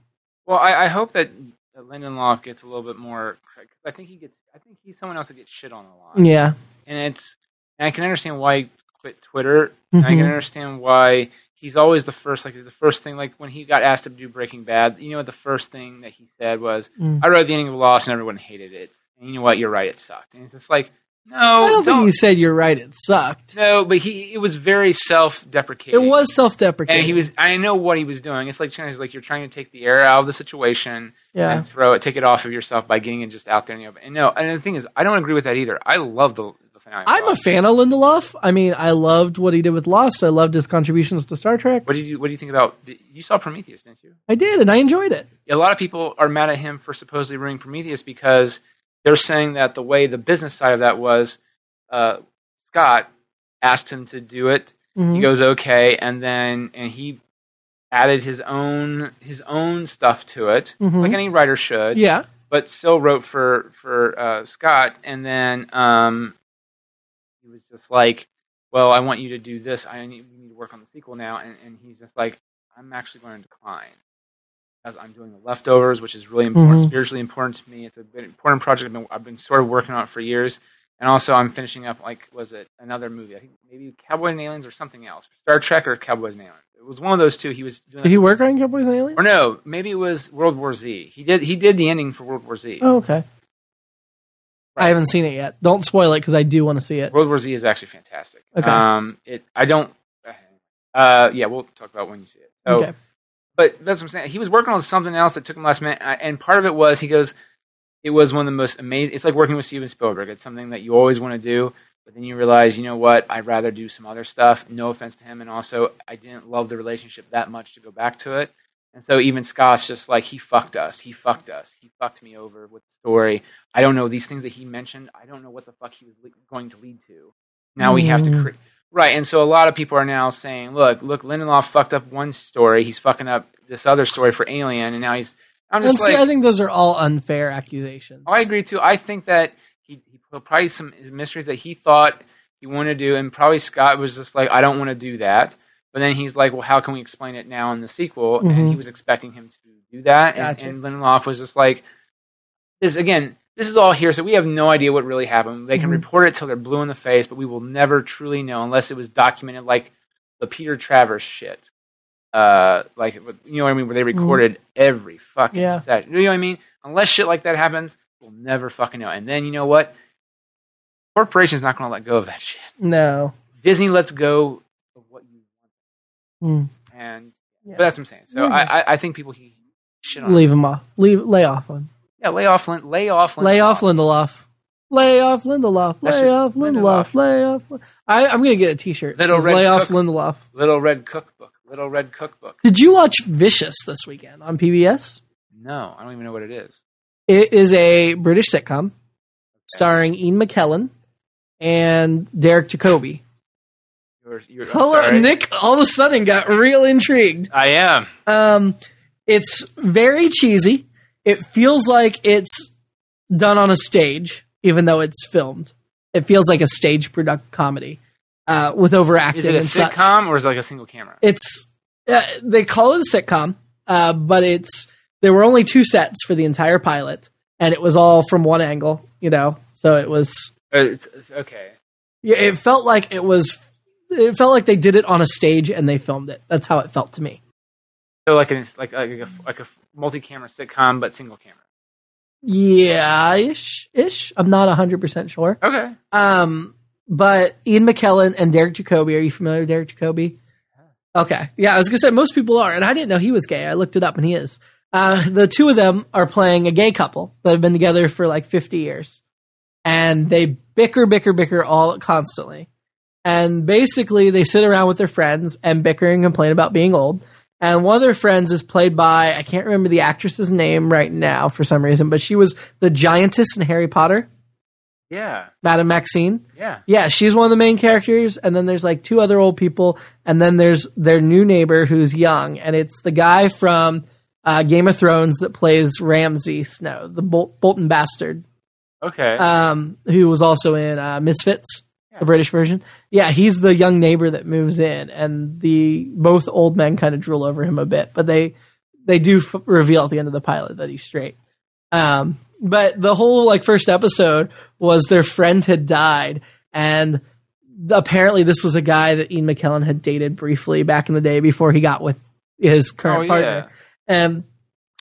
[SPEAKER 1] Well, I, I hope that that Lindelof gets a little bit more. credit, 'cause I think he gets. I think he's someone else that gets shit on a lot.
[SPEAKER 2] Yeah.
[SPEAKER 1] and it's and I can understand why he quit Twitter. And I can
[SPEAKER 2] Mhm.
[SPEAKER 1] understand why he's always the first, like the first thing, like when he got asked to do Breaking Bad. You know what the first thing that he said was,
[SPEAKER 2] Mm.
[SPEAKER 1] "I wrote the ending of Lost, and everyone hated it." And you know what? You're right. It sucked. And it's just like, no,
[SPEAKER 2] I don't,
[SPEAKER 1] don't.
[SPEAKER 2] think you said you're right. It sucked.
[SPEAKER 1] no, but he it was very self
[SPEAKER 2] It
[SPEAKER 1] deprecating.
[SPEAKER 2] was self-deprecating.
[SPEAKER 1] And he was. I know what he was doing. It's like Chinese. Like you're trying to take the air out of the situation
[SPEAKER 2] Yeah.
[SPEAKER 1] and throw it, take it off of yourself by getting it just out there in the open. And no. And the thing is, I don't agree with that either. I love the. the finale of
[SPEAKER 2] I'm a
[SPEAKER 1] Lost.
[SPEAKER 2] fan of Lindelof. I mean, I loved what he did with Lost. I loved his contributions to Star Trek.
[SPEAKER 1] What did you What do you think about? You saw Prometheus, didn't you?
[SPEAKER 2] I did, and I enjoyed it.
[SPEAKER 1] A lot of people are mad at him for supposedly ruining Prometheus because they're saying that the way the business side of that was, uh, Scott asked him to do it.
[SPEAKER 2] Mhm.
[SPEAKER 1] He goes okay, and then and he added his own his own stuff to it,
[SPEAKER 2] Mhm.
[SPEAKER 1] like any writer should.
[SPEAKER 2] yeah.
[SPEAKER 1] But still wrote for for uh, Scott, and then um, he was just like, "Well, I want you to do this. I need, we need to work on the sequel now." And, and he's just like, "I'm actually going to decline because I'm doing the leftovers, which is really important,
[SPEAKER 2] Mhm.
[SPEAKER 1] spiritually important to me. It's a bit important project. I've been, I've been sort of working on it for years, and also I'm finishing up like was it another movie? I think maybe Cowboys and Aliens or something else, Star Trek or Cowboys and Aliens. It was one of those two. He was doing.
[SPEAKER 2] Did he work on Cowboys and Aliens?
[SPEAKER 1] or no, maybe it was World War Z. He did he did the ending for World War Z.
[SPEAKER 2] Oh, okay. I
[SPEAKER 1] Right.
[SPEAKER 2] haven't seen it yet. Don't spoil it because I do want to see it.
[SPEAKER 1] World War Z is actually fantastic.
[SPEAKER 2] Okay.
[SPEAKER 1] Um, it I don't. Uh, yeah, we'll talk about when you see it. So,
[SPEAKER 2] Okay.
[SPEAKER 1] But that's what I'm saying. He was working on something else that took him last minute, I- and part of it was he goes, it was one of the most amazing. It's like working with Steven Spielberg. It's something that you always want to do, but then you realize, you know what? I'd rather do some other stuff. No offense to him, and also I didn't love the relationship that much to go back to it. And so even Scott's just like he fucked us. He fucked us. He fucked me over with the story. I don't know these things that he mentioned. I don't know what the fuck he was le- going to lead to. Now we have to
[SPEAKER 2] Mm.
[SPEAKER 1] create right. And so a lot of people are now saying, look, look, Lindelof fucked up one story. He's fucking up this other story for Alien, and now he's. I'm
[SPEAKER 2] And
[SPEAKER 1] just
[SPEAKER 2] see,
[SPEAKER 1] like,
[SPEAKER 2] I think those are all unfair accusations.
[SPEAKER 1] Oh, I agree too. I think that he, he put probably some mysteries that he thought he wanted to do, and probably Scott was just like, I don't want to do that. But then he's like, Well, how can we explain it now in the sequel?
[SPEAKER 2] Mhm.
[SPEAKER 1] And he was expecting him to do that. And,
[SPEAKER 2] Gotcha.
[SPEAKER 1] and Lindelof was just like, this again, this is all hearsay. We have no idea what really happened. They can
[SPEAKER 2] Mhm.
[SPEAKER 1] report it till they're blue in the face, but we will never truly know unless it was documented like the Peter Travers shit. Uh, like, you know what I mean? Where they recorded every fucking
[SPEAKER 2] Yeah.
[SPEAKER 1] set. You know what I mean? Unless shit like that happens, we'll never fucking know. And then you know what? Corporation's not going to let go of that shit.
[SPEAKER 2] No.
[SPEAKER 1] Disney lets go of what you
[SPEAKER 2] Mm.
[SPEAKER 1] want. And
[SPEAKER 2] Yeah.
[SPEAKER 1] but that's what I'm saying. So
[SPEAKER 2] Yeah.
[SPEAKER 1] I, I I think people he shit on.
[SPEAKER 2] Leave him off. Leave lay off him.
[SPEAKER 1] Yeah, lay off Lin- lay off
[SPEAKER 2] Lay off Lindelof. Lay off Lindelof.
[SPEAKER 1] That's
[SPEAKER 2] Lay
[SPEAKER 1] it.
[SPEAKER 2] off Lindelof.
[SPEAKER 1] Lindelof.
[SPEAKER 2] Lay off. I, I'm gonna get a T-shirt. that
[SPEAKER 1] Little
[SPEAKER 2] says,
[SPEAKER 1] Red
[SPEAKER 2] lay off
[SPEAKER 1] Cook.
[SPEAKER 2] Lindelof.
[SPEAKER 1] Little Red Cookbook. Little Red Cookbook.
[SPEAKER 2] Did you watch Vicious this weekend on PBS?
[SPEAKER 1] No, I don't even know what it is.
[SPEAKER 2] It is a British sitcom starring Ian McKellen and Derek Jacobi.
[SPEAKER 1] You're, you're, I'm
[SPEAKER 2] Hello,
[SPEAKER 1] sorry.
[SPEAKER 2] Nick. All of a sudden got real intrigued.
[SPEAKER 1] I am.
[SPEAKER 2] Um, it's very cheesy. It feels like it's done on a stage, even though it's filmed. It feels like a stage product comedy uh, with overacting.
[SPEAKER 1] Is it a
[SPEAKER 2] and such.
[SPEAKER 1] sitcom or is it like a single camera?
[SPEAKER 2] It's uh, they call it a sitcom, uh, but it's there were only two sets for the entire pilot, and it was all from one angle. You know, so it was
[SPEAKER 1] Uh, It's, it's- okay.
[SPEAKER 2] yeah, it felt like it was it felt like they did it on a stage and they filmed it. That's how it felt to me.
[SPEAKER 1] So like an it's like like a, like a multi-camera sitcom but single camera.
[SPEAKER 2] Yeah, ish, ish. I'm not 100% sure.
[SPEAKER 1] Okay.
[SPEAKER 2] Um, but Ian McKellen and Derek Jacobi, are you familiar with Derek Jacobi? Okay. Yeah, I was going to say most people are, and I didn't know he was gay. I looked it up and he is. Uh, the two of them are playing a gay couple that have been together for like 50 years. And they bicker, bicker, bicker all constantly. And basically, they sit around with their friends and bicker and complain about being old. And one of their friends is played by, I can't remember the actress's name right now for some reason, but she was the giantess in Harry Potter,
[SPEAKER 1] Yeah.
[SPEAKER 2] Madame Maxine.
[SPEAKER 1] Yeah.
[SPEAKER 2] Yeah, she's one of the main characters, and then there's like two other old people, and then there's their new neighbor who's young, and it's the guy from uh, Game of Thrones that plays Ramsay Snow, the Bol- Bolton bastard,
[SPEAKER 1] Okay.
[SPEAKER 2] um, who was also in uh, Misfits, the British version. Yeah, he's the young neighbor that moves in, and the both old men kind of drool over him a bit, but they they do f- reveal at the end of the pilot that he's straight. Um, but the whole like first episode was their friend had died, and apparently this was a guy that Ian McKellen had dated briefly back in the day before he got with his current
[SPEAKER 1] Oh, yeah.
[SPEAKER 2] partner. And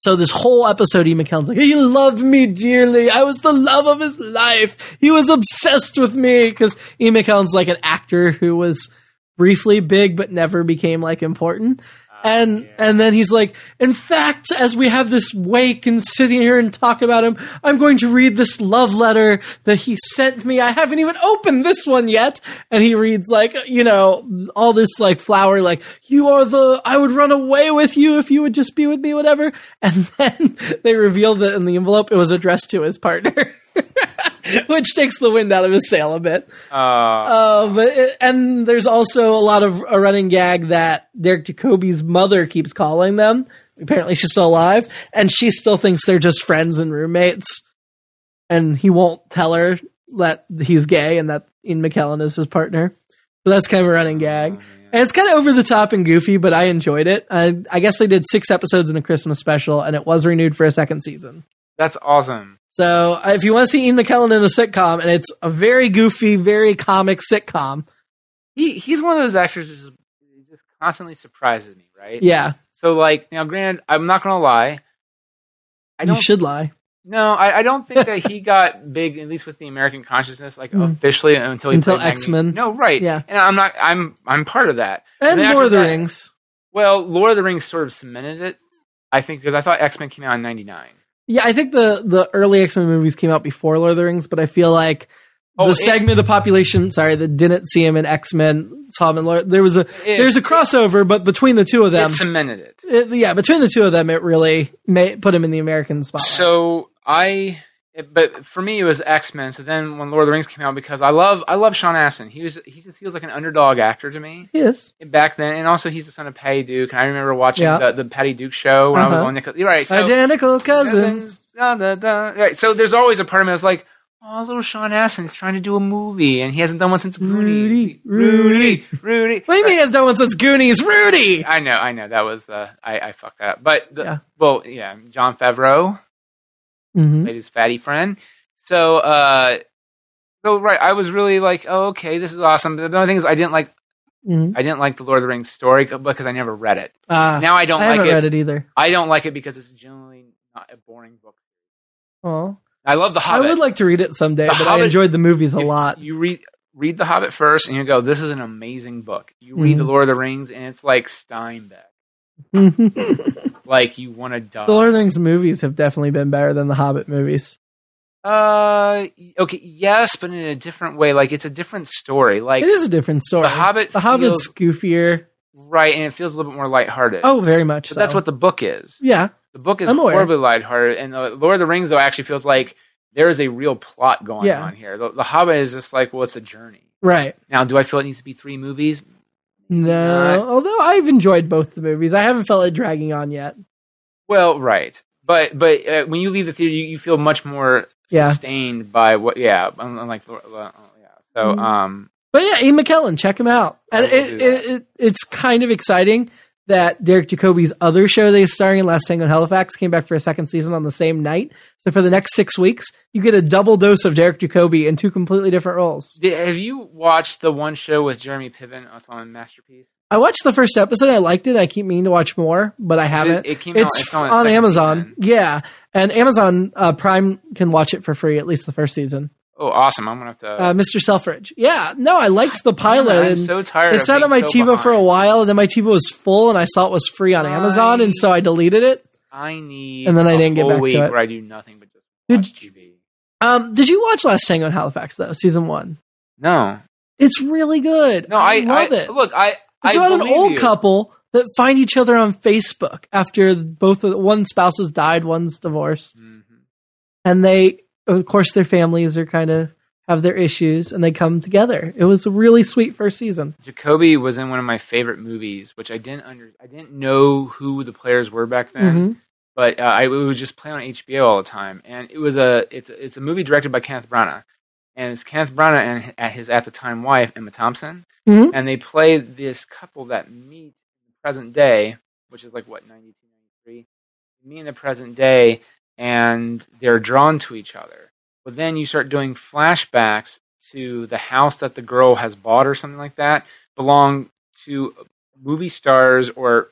[SPEAKER 2] so this whole episode, Ian McKellen's like, he loved me dearly. I was the love of his life. He was obsessed with me because Ian McKellen's like an actor who was briefly big but never became like important.
[SPEAKER 1] Ah,
[SPEAKER 2] And and then he's like, in fact, as we have this wake and sit here and talk about him, I'm going to read this love letter that he sent me. I haven't even opened this one yet. And he reads like, you know, all this like flower, like, you are the I would run away with you if you would just be with me, whatever. And then they reveal that in the envelope it was addressed to his partner. Which takes the wind out of his sail a bit.
[SPEAKER 1] uh,
[SPEAKER 2] Uh, but it, and there's also a lot of a running gag that Derek Jacobi's mother keeps calling them. Apparently, she's still alive, and she still thinks they're just friends and roommates. And he won't tell her that he's gay and that Ian McKellen is his partner. So that's kind of a running gag. And it's kind of over the top and goofy, but I enjoyed it. I, I guess they did six episodes in a Christmas special, and it was renewed for a second season.
[SPEAKER 1] that's awesome.
[SPEAKER 2] So uh, if you want to see Ian McKellen in a sitcom, and it's a very goofy, very comic sitcom,
[SPEAKER 1] He he's one of those actors that just, just constantly surprises me, right?
[SPEAKER 2] yeah,
[SPEAKER 1] So like now, granted, I'm not gonna lie. I
[SPEAKER 2] you
[SPEAKER 1] don't
[SPEAKER 2] should lie.
[SPEAKER 1] no, I, I don't think that he got big, at least with the American consciousness, like
[SPEAKER 2] Mm.
[SPEAKER 1] officially until he
[SPEAKER 2] Until
[SPEAKER 1] played Magneto.
[SPEAKER 2] X-Men.
[SPEAKER 1] No, right?
[SPEAKER 2] Yeah.
[SPEAKER 1] and I'm not. I'm I'm part of that.
[SPEAKER 2] And
[SPEAKER 1] then after
[SPEAKER 2] Lord of the
[SPEAKER 1] that-
[SPEAKER 2] Rings.
[SPEAKER 1] Well, Lord of the Rings sort of cemented it, I think, because I thought X Men came out in '99.
[SPEAKER 2] Yeah, I think the the early X Men movies came out before Lord of the Rings, but I feel like
[SPEAKER 1] Oh,
[SPEAKER 2] the
[SPEAKER 1] it-
[SPEAKER 2] segment of the population, sorry, that didn't see him in X Men, saw him in Lord. There was a
[SPEAKER 1] It-
[SPEAKER 2] there's a crossover, but between the two of them,
[SPEAKER 1] It cemented it.
[SPEAKER 2] it- yeah, between the two of them, it really ma- put him in the American spotlight.
[SPEAKER 1] So I, it- but for me it was X Men. So then when Lord of the Rings came out, because I love I love Sean Astin. He was he just feels like an underdog actor to me
[SPEAKER 2] he is.
[SPEAKER 1] back then, and also he's the son of Patty Duke. And I remember watching
[SPEAKER 2] Yeah.
[SPEAKER 1] the, the Patty Duke show when I was
[SPEAKER 2] Uh-huh.
[SPEAKER 1] on Nickel. You're right. So,
[SPEAKER 2] Identical cousins.
[SPEAKER 1] Da, da, da. Right, so there's always a part of me that's like, oh, little Sean Astin's trying to do a movie, and he hasn't done one since
[SPEAKER 2] Rudy,
[SPEAKER 1] Goonies. Rudy, Rudy.
[SPEAKER 2] What do you mean has done one since Goonies? Rudy.
[SPEAKER 1] I know, I know. That was the I, I fucked that up. But the,
[SPEAKER 2] Yeah.
[SPEAKER 1] well, yeah, John Favreau
[SPEAKER 2] Mm-hmm.
[SPEAKER 1] played his fatty friend. So, uh, so right, I was really like, oh, okay, this is awesome. But the only thing is, I didn't like,
[SPEAKER 2] mm-hmm.
[SPEAKER 1] I didn't like the Lord of the Rings story because I never read it.
[SPEAKER 2] Uh,
[SPEAKER 1] Now I don't
[SPEAKER 2] I
[SPEAKER 1] like
[SPEAKER 2] haven't
[SPEAKER 1] it.
[SPEAKER 2] read it either.
[SPEAKER 1] I don't like it because it's generally not a boring book.
[SPEAKER 2] Oh,
[SPEAKER 1] I love the
[SPEAKER 2] I
[SPEAKER 1] Hobbit.
[SPEAKER 2] would like to read it someday,
[SPEAKER 1] The
[SPEAKER 2] but I
[SPEAKER 1] Hobbit-
[SPEAKER 2] enjoyed the movies a
[SPEAKER 1] If
[SPEAKER 2] lot.
[SPEAKER 1] You read read the Hobbit first, and you go, this is an amazing book. You read
[SPEAKER 2] Mhm.
[SPEAKER 1] the Lord of the Rings, and it's like Steinbeck.
[SPEAKER 2] the
[SPEAKER 1] Like you want to die.
[SPEAKER 2] Lord of the Rings movies have definitely been better than the Hobbit movies.
[SPEAKER 1] Uh, okay, yes, but in a different way. Like it's a different story. Like
[SPEAKER 2] it is a different story.
[SPEAKER 1] The Hobbit
[SPEAKER 2] The Hobbit's goofier.
[SPEAKER 1] right, and it feels a little bit more lighthearted.
[SPEAKER 2] Oh, very much.
[SPEAKER 1] but that's
[SPEAKER 2] so.
[SPEAKER 1] what the book is.
[SPEAKER 2] Yeah.
[SPEAKER 1] The book is
[SPEAKER 2] I'm aware.
[SPEAKER 1] horribly lighthearted, and the Lord of the Rings though actually feels like there is a real plot going
[SPEAKER 2] Yeah.
[SPEAKER 1] on here. The, the Hobbit is just like, well, it's a journey.
[SPEAKER 2] Right.
[SPEAKER 1] Now, do I feel it needs to be three movies?
[SPEAKER 2] No.
[SPEAKER 1] Not-
[SPEAKER 2] Although I've enjoyed both the movies, I haven't felt it dragging on yet.
[SPEAKER 1] Well, right, but but uh, when you leave the theater, you, you feel much more
[SPEAKER 2] Yeah.
[SPEAKER 1] sustained by what. Yeah, un- unlike Lord- uh, yeah. So
[SPEAKER 2] Mhm.
[SPEAKER 1] um,
[SPEAKER 2] But yeah, Ian McKellen, check him out.
[SPEAKER 1] I
[SPEAKER 2] And
[SPEAKER 1] will
[SPEAKER 2] it,
[SPEAKER 1] do
[SPEAKER 2] it,
[SPEAKER 1] that.
[SPEAKER 2] it, it's kind of exciting that Derek Jacobi's other show that he's starring in, Last Tango in Halifax, came back for a second season on the same night. So for the next six weeks, you get a double dose of Derek Jacobi in two completely different roles.
[SPEAKER 1] did, have you watched the one show with Jeremy Piven that's on Masterpiece?
[SPEAKER 2] I watched the first episode. I liked it. I keep meaning to watch more, but I haven't.
[SPEAKER 1] It, it came out.
[SPEAKER 2] it's on,
[SPEAKER 1] its second
[SPEAKER 2] Amazon.
[SPEAKER 1] season.
[SPEAKER 2] Yeah. And Amazon uh, Prime can watch it for free, at least the first season.
[SPEAKER 1] Oh, awesome! I'm gonna have to.
[SPEAKER 2] Uh, Mr. Selfridge. Yeah. No, I liked the
[SPEAKER 1] Damn it,
[SPEAKER 2] pilot.
[SPEAKER 1] I'm
[SPEAKER 2] and
[SPEAKER 1] so tired.
[SPEAKER 2] it
[SPEAKER 1] of
[SPEAKER 2] sat
[SPEAKER 1] being
[SPEAKER 2] on my
[SPEAKER 1] so
[SPEAKER 2] TiVo
[SPEAKER 1] behind.
[SPEAKER 2] for a while, and then my TiVo was full, and I saw it was free on Amazon, and so I deleted it.
[SPEAKER 1] I need.
[SPEAKER 2] And then I
[SPEAKER 1] a
[SPEAKER 2] didn't get
[SPEAKER 1] whole
[SPEAKER 2] back to
[SPEAKER 1] week
[SPEAKER 2] it.
[SPEAKER 1] Where I do nothing but just
[SPEAKER 2] Did-
[SPEAKER 1] watch TV.
[SPEAKER 2] Um, did you watch Last Tango in Halifax though, season one?
[SPEAKER 1] No,
[SPEAKER 2] It's really good.
[SPEAKER 1] no, I,
[SPEAKER 2] love
[SPEAKER 1] I-
[SPEAKER 2] it.
[SPEAKER 1] Look, I.
[SPEAKER 2] It's
[SPEAKER 1] I
[SPEAKER 2] about an
[SPEAKER 1] believe
[SPEAKER 2] old
[SPEAKER 1] you.
[SPEAKER 2] couple that find each other on Facebook after both of, one spouse has died, one's divorced,
[SPEAKER 1] Mhm.
[SPEAKER 2] and they, of course, their families are kind of have their issues, and they come together. It was a really sweet first season.
[SPEAKER 1] Jacoby was in one of my favorite movies, which I didn't under. I didn't know who the players were back then,
[SPEAKER 2] Mhm.
[SPEAKER 1] but uh, I it was just playing on HBO all the time, and it was a it's it's a movie directed by Kenneth Branagh, and it's Kenneth Branagh and h- at his at the time wife Emma Thompson,
[SPEAKER 2] Mhm.
[SPEAKER 1] and they play this couple that meet in the present day, which is like what 92, 93, meet in the present day, and they're drawn to each other. But then you start doing flashbacks to the house that the girl has bought or something like that belong to movie stars or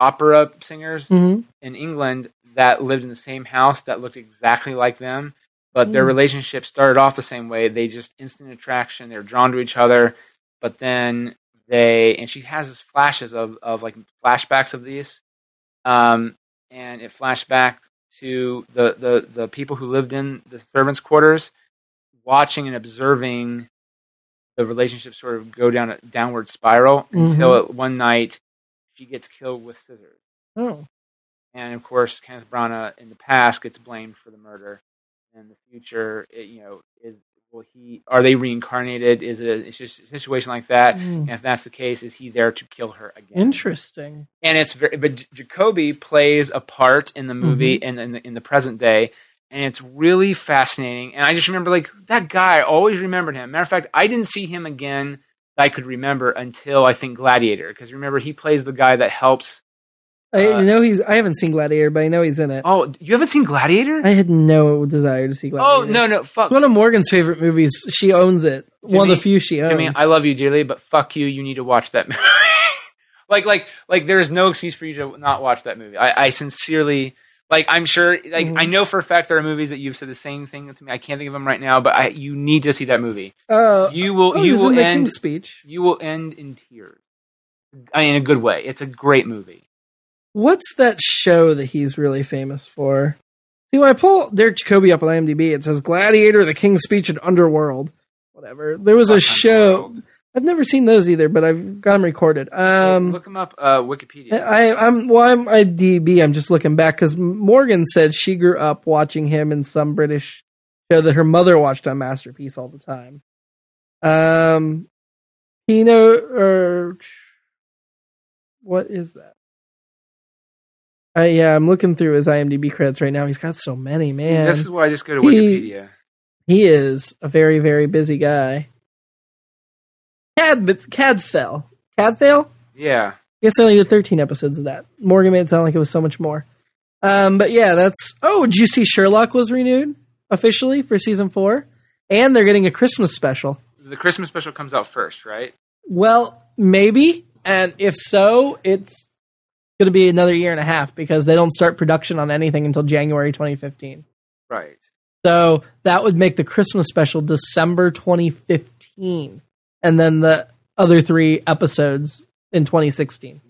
[SPEAKER 1] opera singers
[SPEAKER 2] Mhm.
[SPEAKER 1] in England that lived in the same house that looked exactly like them, but their
[SPEAKER 2] Mm.
[SPEAKER 1] relationship started off the same way. They just instant attraction. They're drawn to each other, but then they and she has this flashes of of like flashbacks of these, um, and it flashed back to the the the people who lived in the servants' quarters, watching and observing the relationship sort of go down a downward spiral until it, one night she gets killed with scissors
[SPEAKER 2] Oh,
[SPEAKER 1] and of course Kenneth Branagh in the past gets blamed for the murder. In the future, it, you know, is will he? Are they reincarnated? Is it a, it's just a situation like that?
[SPEAKER 2] Mm.
[SPEAKER 1] And if that's the case, is he there to kill her again?
[SPEAKER 2] interesting.
[SPEAKER 1] And it's very, but J- Jacoby plays a part in the movie and in, the, in the present day, and it's really fascinating. And I just remember like that guy. I always remembered him. Matter of fact, I didn't see him again. that I could remember until I think Gladiator, because remember he plays the guy that helps.
[SPEAKER 2] I
[SPEAKER 1] Uh,
[SPEAKER 2] know he's. I haven't seen Gladiator, but I know he's in it.
[SPEAKER 1] Oh, you haven't seen Gladiator?
[SPEAKER 2] I had no desire to see Gladiator.
[SPEAKER 1] Oh no no fuck!
[SPEAKER 2] It's one of Morgan's favorite movies. She owns it. one of the
[SPEAKER 1] Jimmy-
[SPEAKER 2] few she owns.
[SPEAKER 1] Jimmy, I love you dearly, but fuck you. You need to watch that movie. like, like, like, there is no excuse for you to not watch that movie. I, I sincerely, like, I'm sure, like,
[SPEAKER 2] Mhm.
[SPEAKER 1] I know for a fact there are movies that you've said the same thing to me. I can't think of them right now, but I, you need to see that movie.
[SPEAKER 2] Oh,
[SPEAKER 1] You will,
[SPEAKER 2] oh, he
[SPEAKER 1] you
[SPEAKER 2] was in
[SPEAKER 1] will
[SPEAKER 2] the
[SPEAKER 1] end,
[SPEAKER 2] King's speech.
[SPEAKER 1] you will end in tears. I mean, in a good way. It's a great movie.
[SPEAKER 2] What's that show that he's really famous for? See, when I pull Derek Jacobi up on IMDb, it says Gladiator, The King's Speech, and Underworld. Whatever. There was a show. I've never seen those either, but I've got them recorded. Um,
[SPEAKER 1] Look them up, uh, Wikipedia.
[SPEAKER 2] I, I'm well. I'm IDB. I'm just looking back because Morgan said she grew up watching him in some British show that her mother watched on Masterpiece all the time. Um, Pino or what is that? Uh, yeah, I'm looking through his IMDb credits right now. He's got so many,
[SPEAKER 1] See,
[SPEAKER 2] man.
[SPEAKER 1] this is why I just go to
[SPEAKER 2] He-
[SPEAKER 1] Wikipedia.
[SPEAKER 2] He is a very, very busy guy. Cad Cadfail. Cadfail?
[SPEAKER 1] Yeah.
[SPEAKER 2] I guess I only did 13 episodes of that. Morgan made it sound like it was so much more. Um, but yeah, that's. Oh, did you see Sherlock was renewed officially for season four? And they're getting a Christmas special.
[SPEAKER 1] The Christmas special comes out first, right?
[SPEAKER 2] Well, maybe. And if so, it's going to be another year and a half because they don't start production on anything until January 2015.
[SPEAKER 1] Right.
[SPEAKER 2] So that would make the Christmas special December 2015. And then the other three episodes in 2016.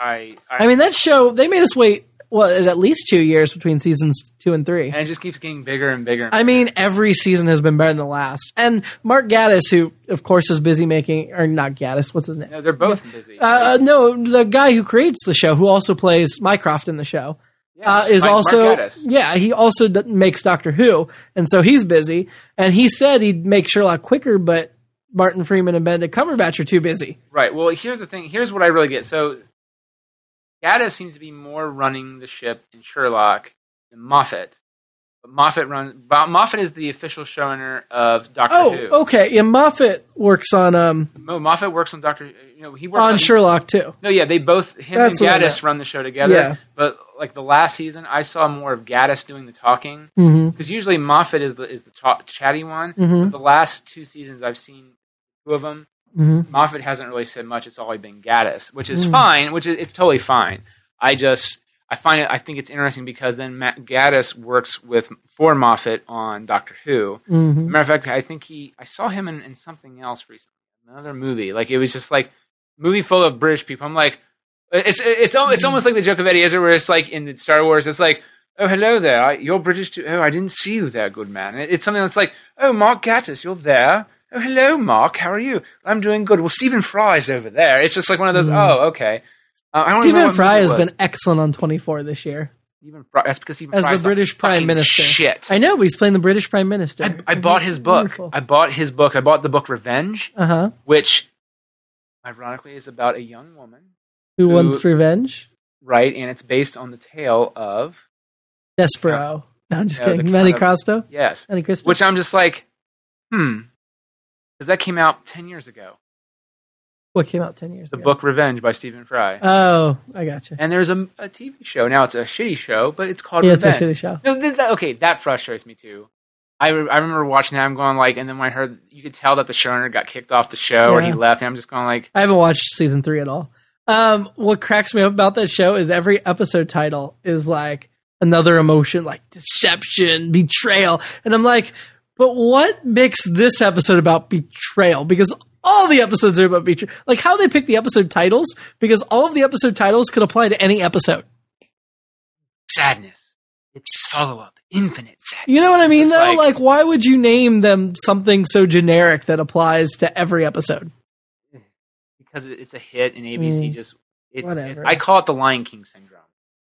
[SPEAKER 1] I, I,
[SPEAKER 2] I mean, that show, they made us wait, well, it's at least two years between seasons two and three.
[SPEAKER 1] and it just keeps getting bigger and bigger.
[SPEAKER 2] I mean, every season has been better than the last. And Mark Gaddis, who, of course, is busy making, or not Gaddis, what's his name?
[SPEAKER 1] no, they're both busy.
[SPEAKER 2] Uh, no, the guy who creates the show, who also plays Mycroft in the show,
[SPEAKER 1] Yeah,
[SPEAKER 2] uh, is
[SPEAKER 1] Mike- Mark
[SPEAKER 2] also
[SPEAKER 1] Gatiss.
[SPEAKER 2] yeah. He also d- makes Doctor Who, and so he's busy. And he said he'd make Sherlock quicker, but Martin Freeman and Benedict Cumberbatch are too busy.
[SPEAKER 1] Right. Well, here's the thing. Here's what I really get. So, Gaddis seems to be more running the ship in Sherlock than Moffat. But Moffat runs. Bo- Moffat is the official showrunner of Doctor Who.
[SPEAKER 2] Oh, okay. Yeah, Moffat works on um
[SPEAKER 1] No, Moffat works on Doctor. You know, he works
[SPEAKER 2] on Sherlock too.
[SPEAKER 1] No, yeah, they both him
[SPEAKER 2] That's
[SPEAKER 1] and
[SPEAKER 2] what I
[SPEAKER 1] Gaddis
[SPEAKER 2] meant.
[SPEAKER 1] run the show together.
[SPEAKER 2] Yeah.
[SPEAKER 1] But like the last season, I saw more of Gaddis doing the talking
[SPEAKER 2] Mm-hmm.
[SPEAKER 1] because usually Moffat is the is the ta- chatty one.
[SPEAKER 2] Mhm.
[SPEAKER 1] But the last two seasons, I've seen two of them.
[SPEAKER 2] Mm-hmm.
[SPEAKER 1] Moffat hasn't really said much. It's always been Gaddis, which is
[SPEAKER 2] Mm.
[SPEAKER 1] fine. Which is it's totally fine. I just I find it I think it's interesting because then Matt Gaddis works with for Moffat on Doctor Who.
[SPEAKER 2] Mm-hmm.
[SPEAKER 1] Matter of fact, I think he I saw him in, in something else recently, another movie. Like it was just like movie full of British people. I'm like, it's it's al- it's almost like the joke of Eddie Izzard, where it's like in Star Wars, it's like. Oh, hello there. I, you're British too. Oh, I didn't see you there, good man. It- it's something that's like, oh, Mark Gattis, you're there. Oh, hello, Mark. How are you? I'm doing good. Well, Stephen Fry's over there. It's just like one of those.
[SPEAKER 2] Mm.
[SPEAKER 1] Oh, okay. Uh, I don't remember
[SPEAKER 2] Stephen
[SPEAKER 1] what
[SPEAKER 2] Fry
[SPEAKER 1] movie it
[SPEAKER 2] has
[SPEAKER 1] was.
[SPEAKER 2] been excellent on 24 this year
[SPEAKER 1] Stephen Fry. That's because Stephen
[SPEAKER 2] as
[SPEAKER 1] Fry's
[SPEAKER 2] the British Prime
[SPEAKER 1] fucking
[SPEAKER 2] Minister.
[SPEAKER 1] Shit.
[SPEAKER 2] I know, but he's playing the British Prime Minister.
[SPEAKER 1] I, I bought his book. I bought his book. I bought the book Revenge,
[SPEAKER 2] Uh huh.
[SPEAKER 1] which ironically is about a young woman,
[SPEAKER 2] Who
[SPEAKER 1] Who-
[SPEAKER 2] wants revenge?
[SPEAKER 1] right? And it's based on the tale of
[SPEAKER 2] Despero. No, I'm just
[SPEAKER 1] Yeah, the
[SPEAKER 2] kidding. Manny
[SPEAKER 1] kind
[SPEAKER 2] Cristo.
[SPEAKER 1] yes,
[SPEAKER 2] Manny Cristo.
[SPEAKER 1] which I'm just like, hmm, because that came out ten years ago.
[SPEAKER 2] what came out ten years
[SPEAKER 1] The
[SPEAKER 2] ago?
[SPEAKER 1] book Revenge by Stephen Fry,
[SPEAKER 2] Oh, I gotcha.
[SPEAKER 1] and there's a, a TV show now. It's a shitty show, but it's called
[SPEAKER 2] Yeah, it's a
[SPEAKER 1] Revenge.
[SPEAKER 2] shitty show.
[SPEAKER 1] No, th- that, okay, that frustrates me too. I, re- I remember watching that. I'm going like, and then when I heard you could tell that the showrunner got kicked off the show or he
[SPEAKER 2] Yeah.
[SPEAKER 1] left, and I'm just going like,
[SPEAKER 2] I haven't watched season three at all. Um, what cracks me up about that show is every episode title is like another emotion, like deception, betrayal, and I'm like, but what makes this episode about betrayal? Because all the episodes are about betrayal. Like how they pick the episode titles, because all of the episode titles could apply to any episode.
[SPEAKER 1] sadness. It's follow up, infinite sadness.
[SPEAKER 2] You know what I
[SPEAKER 1] It's
[SPEAKER 2] mean,
[SPEAKER 1] just
[SPEAKER 2] though? Like, why would you name them something so generic that applies to every episode?
[SPEAKER 1] because it- it's a hit and ABC
[SPEAKER 2] Mm.
[SPEAKER 1] just it's,
[SPEAKER 2] Whatever.
[SPEAKER 1] I call it the Lion King syndrome,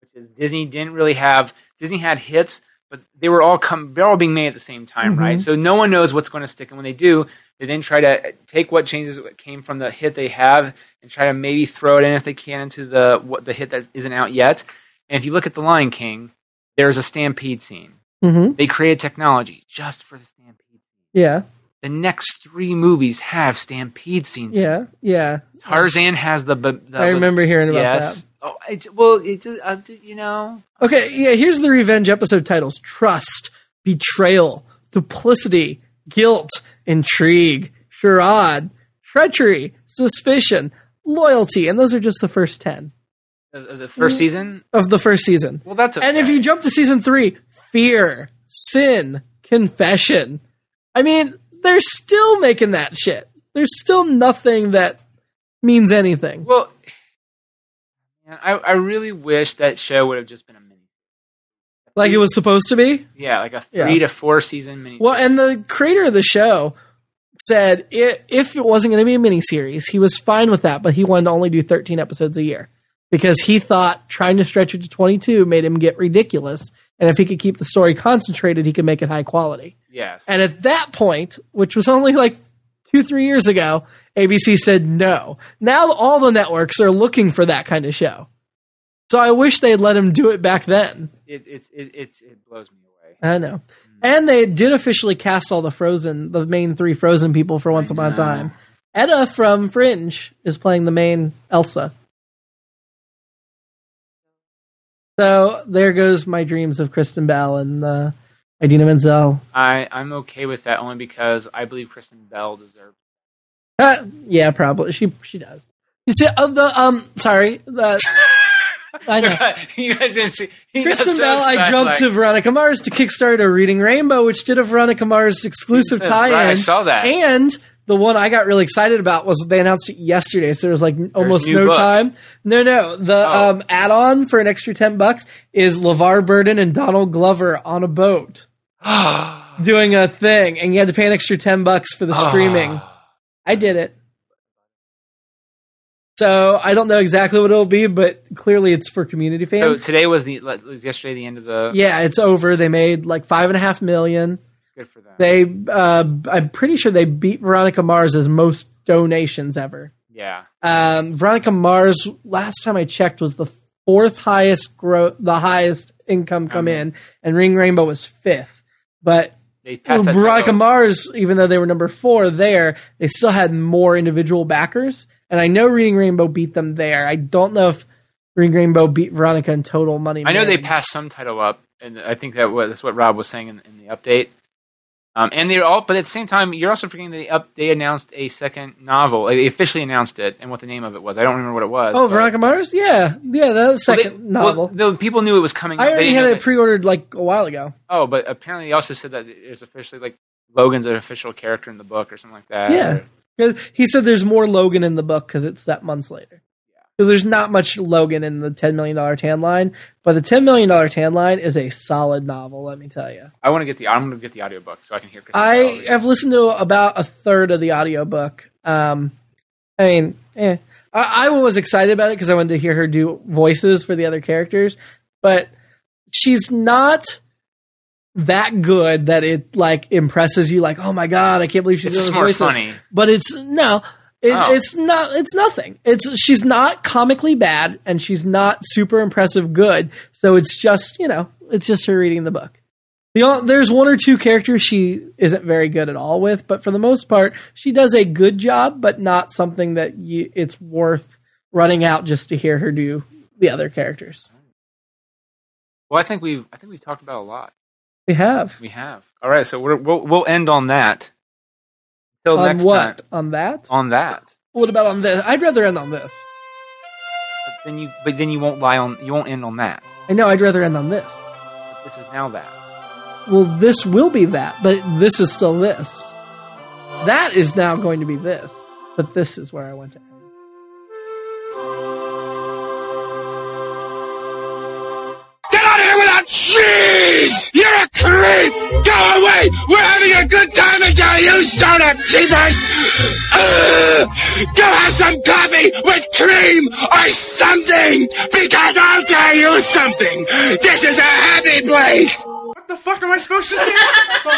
[SPEAKER 1] which is Disney didn't really have Disney had hits, but they were all come they're all being made at the same time, right?
[SPEAKER 2] Mm-hmm.
[SPEAKER 1] So no one knows what's going to stick, and when they do, they then try to take what changes that came from the hit they have and try to maybe throw it in if they can into the what the hit that isn't out yet. And if you look at the Lion King, there's a stampede scene.
[SPEAKER 2] Mm-hmm.
[SPEAKER 1] They created technology just for the stampede.
[SPEAKER 2] Yeah,
[SPEAKER 1] The next three movies have stampede scenes.
[SPEAKER 2] yeah, yeah.
[SPEAKER 1] Tarzan has the. b- the
[SPEAKER 2] I remember hearing about
[SPEAKER 1] yes.
[SPEAKER 2] that.
[SPEAKER 1] Oh, it's, well, it, uh, you know.
[SPEAKER 2] Okay, yeah. Here's the revenge episode titles: trust, betrayal, duplicity, guilt, intrigue, charade, treachery, suspicion, loyalty, and those are just the first ten
[SPEAKER 1] Of- of The first season.
[SPEAKER 2] of the first season.
[SPEAKER 1] Well, that's okay.
[SPEAKER 2] Mm-hmm. And if you jump to season three, fear, sin, confession. I mean, they're still making that shit. There's still nothing that means anything.
[SPEAKER 1] well, man, I I really wish that show would have just been a mini.
[SPEAKER 2] Like it was supposed to be.
[SPEAKER 1] Yeah, like a
[SPEAKER 2] Yeah.
[SPEAKER 1] three to four season mini.
[SPEAKER 2] Well, and the creator of the show said i if it wasn't going to be a miniseries, he was fine with that, but he wanted to only do 13 episodes a year because he thought trying to stretch it to 22 made him get ridiculous. And if he could keep the story concentrated, he could make it high quality.
[SPEAKER 1] yes.
[SPEAKER 2] And at that point, which was only like two, three years ago, ABC said no. Now all the networks are looking for that kind of show. So I wish they had let him do it back then.
[SPEAKER 1] it it it it, it blows me away.
[SPEAKER 3] story.
[SPEAKER 2] I know. And they did officially cast all the Frozen, the main three Frozen people for Once Upon a Time. Edda from Fringe is playing the main Elsa. So there goes my dreams of Kristen Bell and uh, Idina Menzel.
[SPEAKER 1] I, I'm okay with that only because I believe Kristen Bell deserves.
[SPEAKER 2] Uh, yeah, probably she she does. You see, uh, the um, sorry, the, I know.
[SPEAKER 1] you guys didn't see. he got
[SPEAKER 2] Kristen
[SPEAKER 1] so
[SPEAKER 2] Bell, I
[SPEAKER 1] excited,
[SPEAKER 2] jumped
[SPEAKER 1] like-
[SPEAKER 2] to Veronica Mars to kickstart a Reading Rainbow, which did a Veronica Mars exclusive
[SPEAKER 1] Right,
[SPEAKER 2] tie-in.
[SPEAKER 1] I saw that.
[SPEAKER 2] And the one I got really excited about was they announced it yesterday, so there was like n- almost
[SPEAKER 1] new
[SPEAKER 2] no
[SPEAKER 1] book.
[SPEAKER 2] time. No, no, the
[SPEAKER 1] Oh.
[SPEAKER 2] um, add-on for an extra ten bucks is LeVar Burton and Donald Glover on a boat doing a thing, and you had to pay an extra ten bucks for the
[SPEAKER 1] Ah.
[SPEAKER 2] streaming. I did it. So I don't know exactly what it'll be, but clearly it's for community
[SPEAKER 1] So
[SPEAKER 2] fans.
[SPEAKER 1] today was the like, was yesterday the end of the.
[SPEAKER 2] Yeah, it's over. They made like five and a half million.
[SPEAKER 1] Good for them.
[SPEAKER 2] They, uh, I'm pretty sure they beat Veronica Mars as most donations ever.
[SPEAKER 1] yeah.
[SPEAKER 2] Um, Veronica Mars, last time I checked, was the fourth highest growth, the highest income come in, and Ring Rainbow was fifth. But
[SPEAKER 1] They passed that.
[SPEAKER 2] Veronica
[SPEAKER 1] title.
[SPEAKER 2] Mars, even though they were number four there, they still had more individual backers. And I know Reading Rainbow beat them there. I don't know if Ring Rainbow beat Veronica in total money.
[SPEAKER 1] I know they
[SPEAKER 2] made.
[SPEAKER 1] passed some title up, and I think that was, that's what Rob was saying in, in the update. Um, and they're all, but at the same time, you're also forgetting that they, up, they announced a second novel. They officially announced it, and what the name of it was. I don't remember what it was.
[SPEAKER 2] Oh,
[SPEAKER 1] but-
[SPEAKER 2] Veronica Mars? Yeah. Yeah,
[SPEAKER 1] Well,
[SPEAKER 2] that's the
[SPEAKER 1] they-
[SPEAKER 2] second
[SPEAKER 1] well,
[SPEAKER 2] novel.
[SPEAKER 1] no, people knew it was coming. out.
[SPEAKER 2] I
[SPEAKER 1] They
[SPEAKER 2] already
[SPEAKER 1] didn't
[SPEAKER 2] had
[SPEAKER 1] know
[SPEAKER 2] it
[SPEAKER 1] that-
[SPEAKER 2] pre ordered like a while ago.
[SPEAKER 1] Oh, but apparently they also said that there's officially like Logan's an official character in the book or something like that.
[SPEAKER 2] Yeah.
[SPEAKER 1] Or-
[SPEAKER 2] 'Cause He said there's more Logan in the book because it's set months later. Because there's not much Logan in the $10 million tan line, but the $10 million tan line is a solid novel, let me tell you.
[SPEAKER 1] I want to get the I'm going to get the audiobook so I can hear. Kristen
[SPEAKER 2] I
[SPEAKER 1] Bell read.
[SPEAKER 2] have listened to about a third of the audiobook. Um, I mean, eh. I, I was excited about it because I wanted to hear her do voices for the other characters, but she's not that good that it like impresses you. Like, oh my god, I can't believe she's
[SPEAKER 1] It's just
[SPEAKER 2] doing
[SPEAKER 1] more
[SPEAKER 2] those voices.
[SPEAKER 1] funny.
[SPEAKER 2] But it's no. It,
[SPEAKER 1] Oh.
[SPEAKER 2] It's not. It's nothing. It's she's not comically bad, and she's not super impressive good. So it's just you know, it's just her reading the book. The o- there's one or two characters she isn't very good at all with, but for the most part, she does a good job, but not something that you, it's worth running out just to hear her do the other characters.
[SPEAKER 1] Well, I think we've I think we've talked about a lot.
[SPEAKER 2] We have
[SPEAKER 1] We have. All right, so we're, we'll we'll end on that. Till
[SPEAKER 2] on
[SPEAKER 1] next
[SPEAKER 2] what
[SPEAKER 1] time
[SPEAKER 2] on that?
[SPEAKER 1] on that.
[SPEAKER 2] What about on this? I'd rather end on this.
[SPEAKER 1] But then you but then you won't lie on you won't end on that.
[SPEAKER 2] I know I'd rather end on this.
[SPEAKER 1] This is now that.
[SPEAKER 2] Well, this will be that, but this is still this. That is now going to be this, but this is where I want to end.
[SPEAKER 4] Get out of here without cheese! You're a creep! Go away! We're having a good time until you start up, cheapers! Ugh! Go have some coffee with cream or something! Because I'll tell you something! This is a happy place!
[SPEAKER 5] What the fuck am I supposed to say?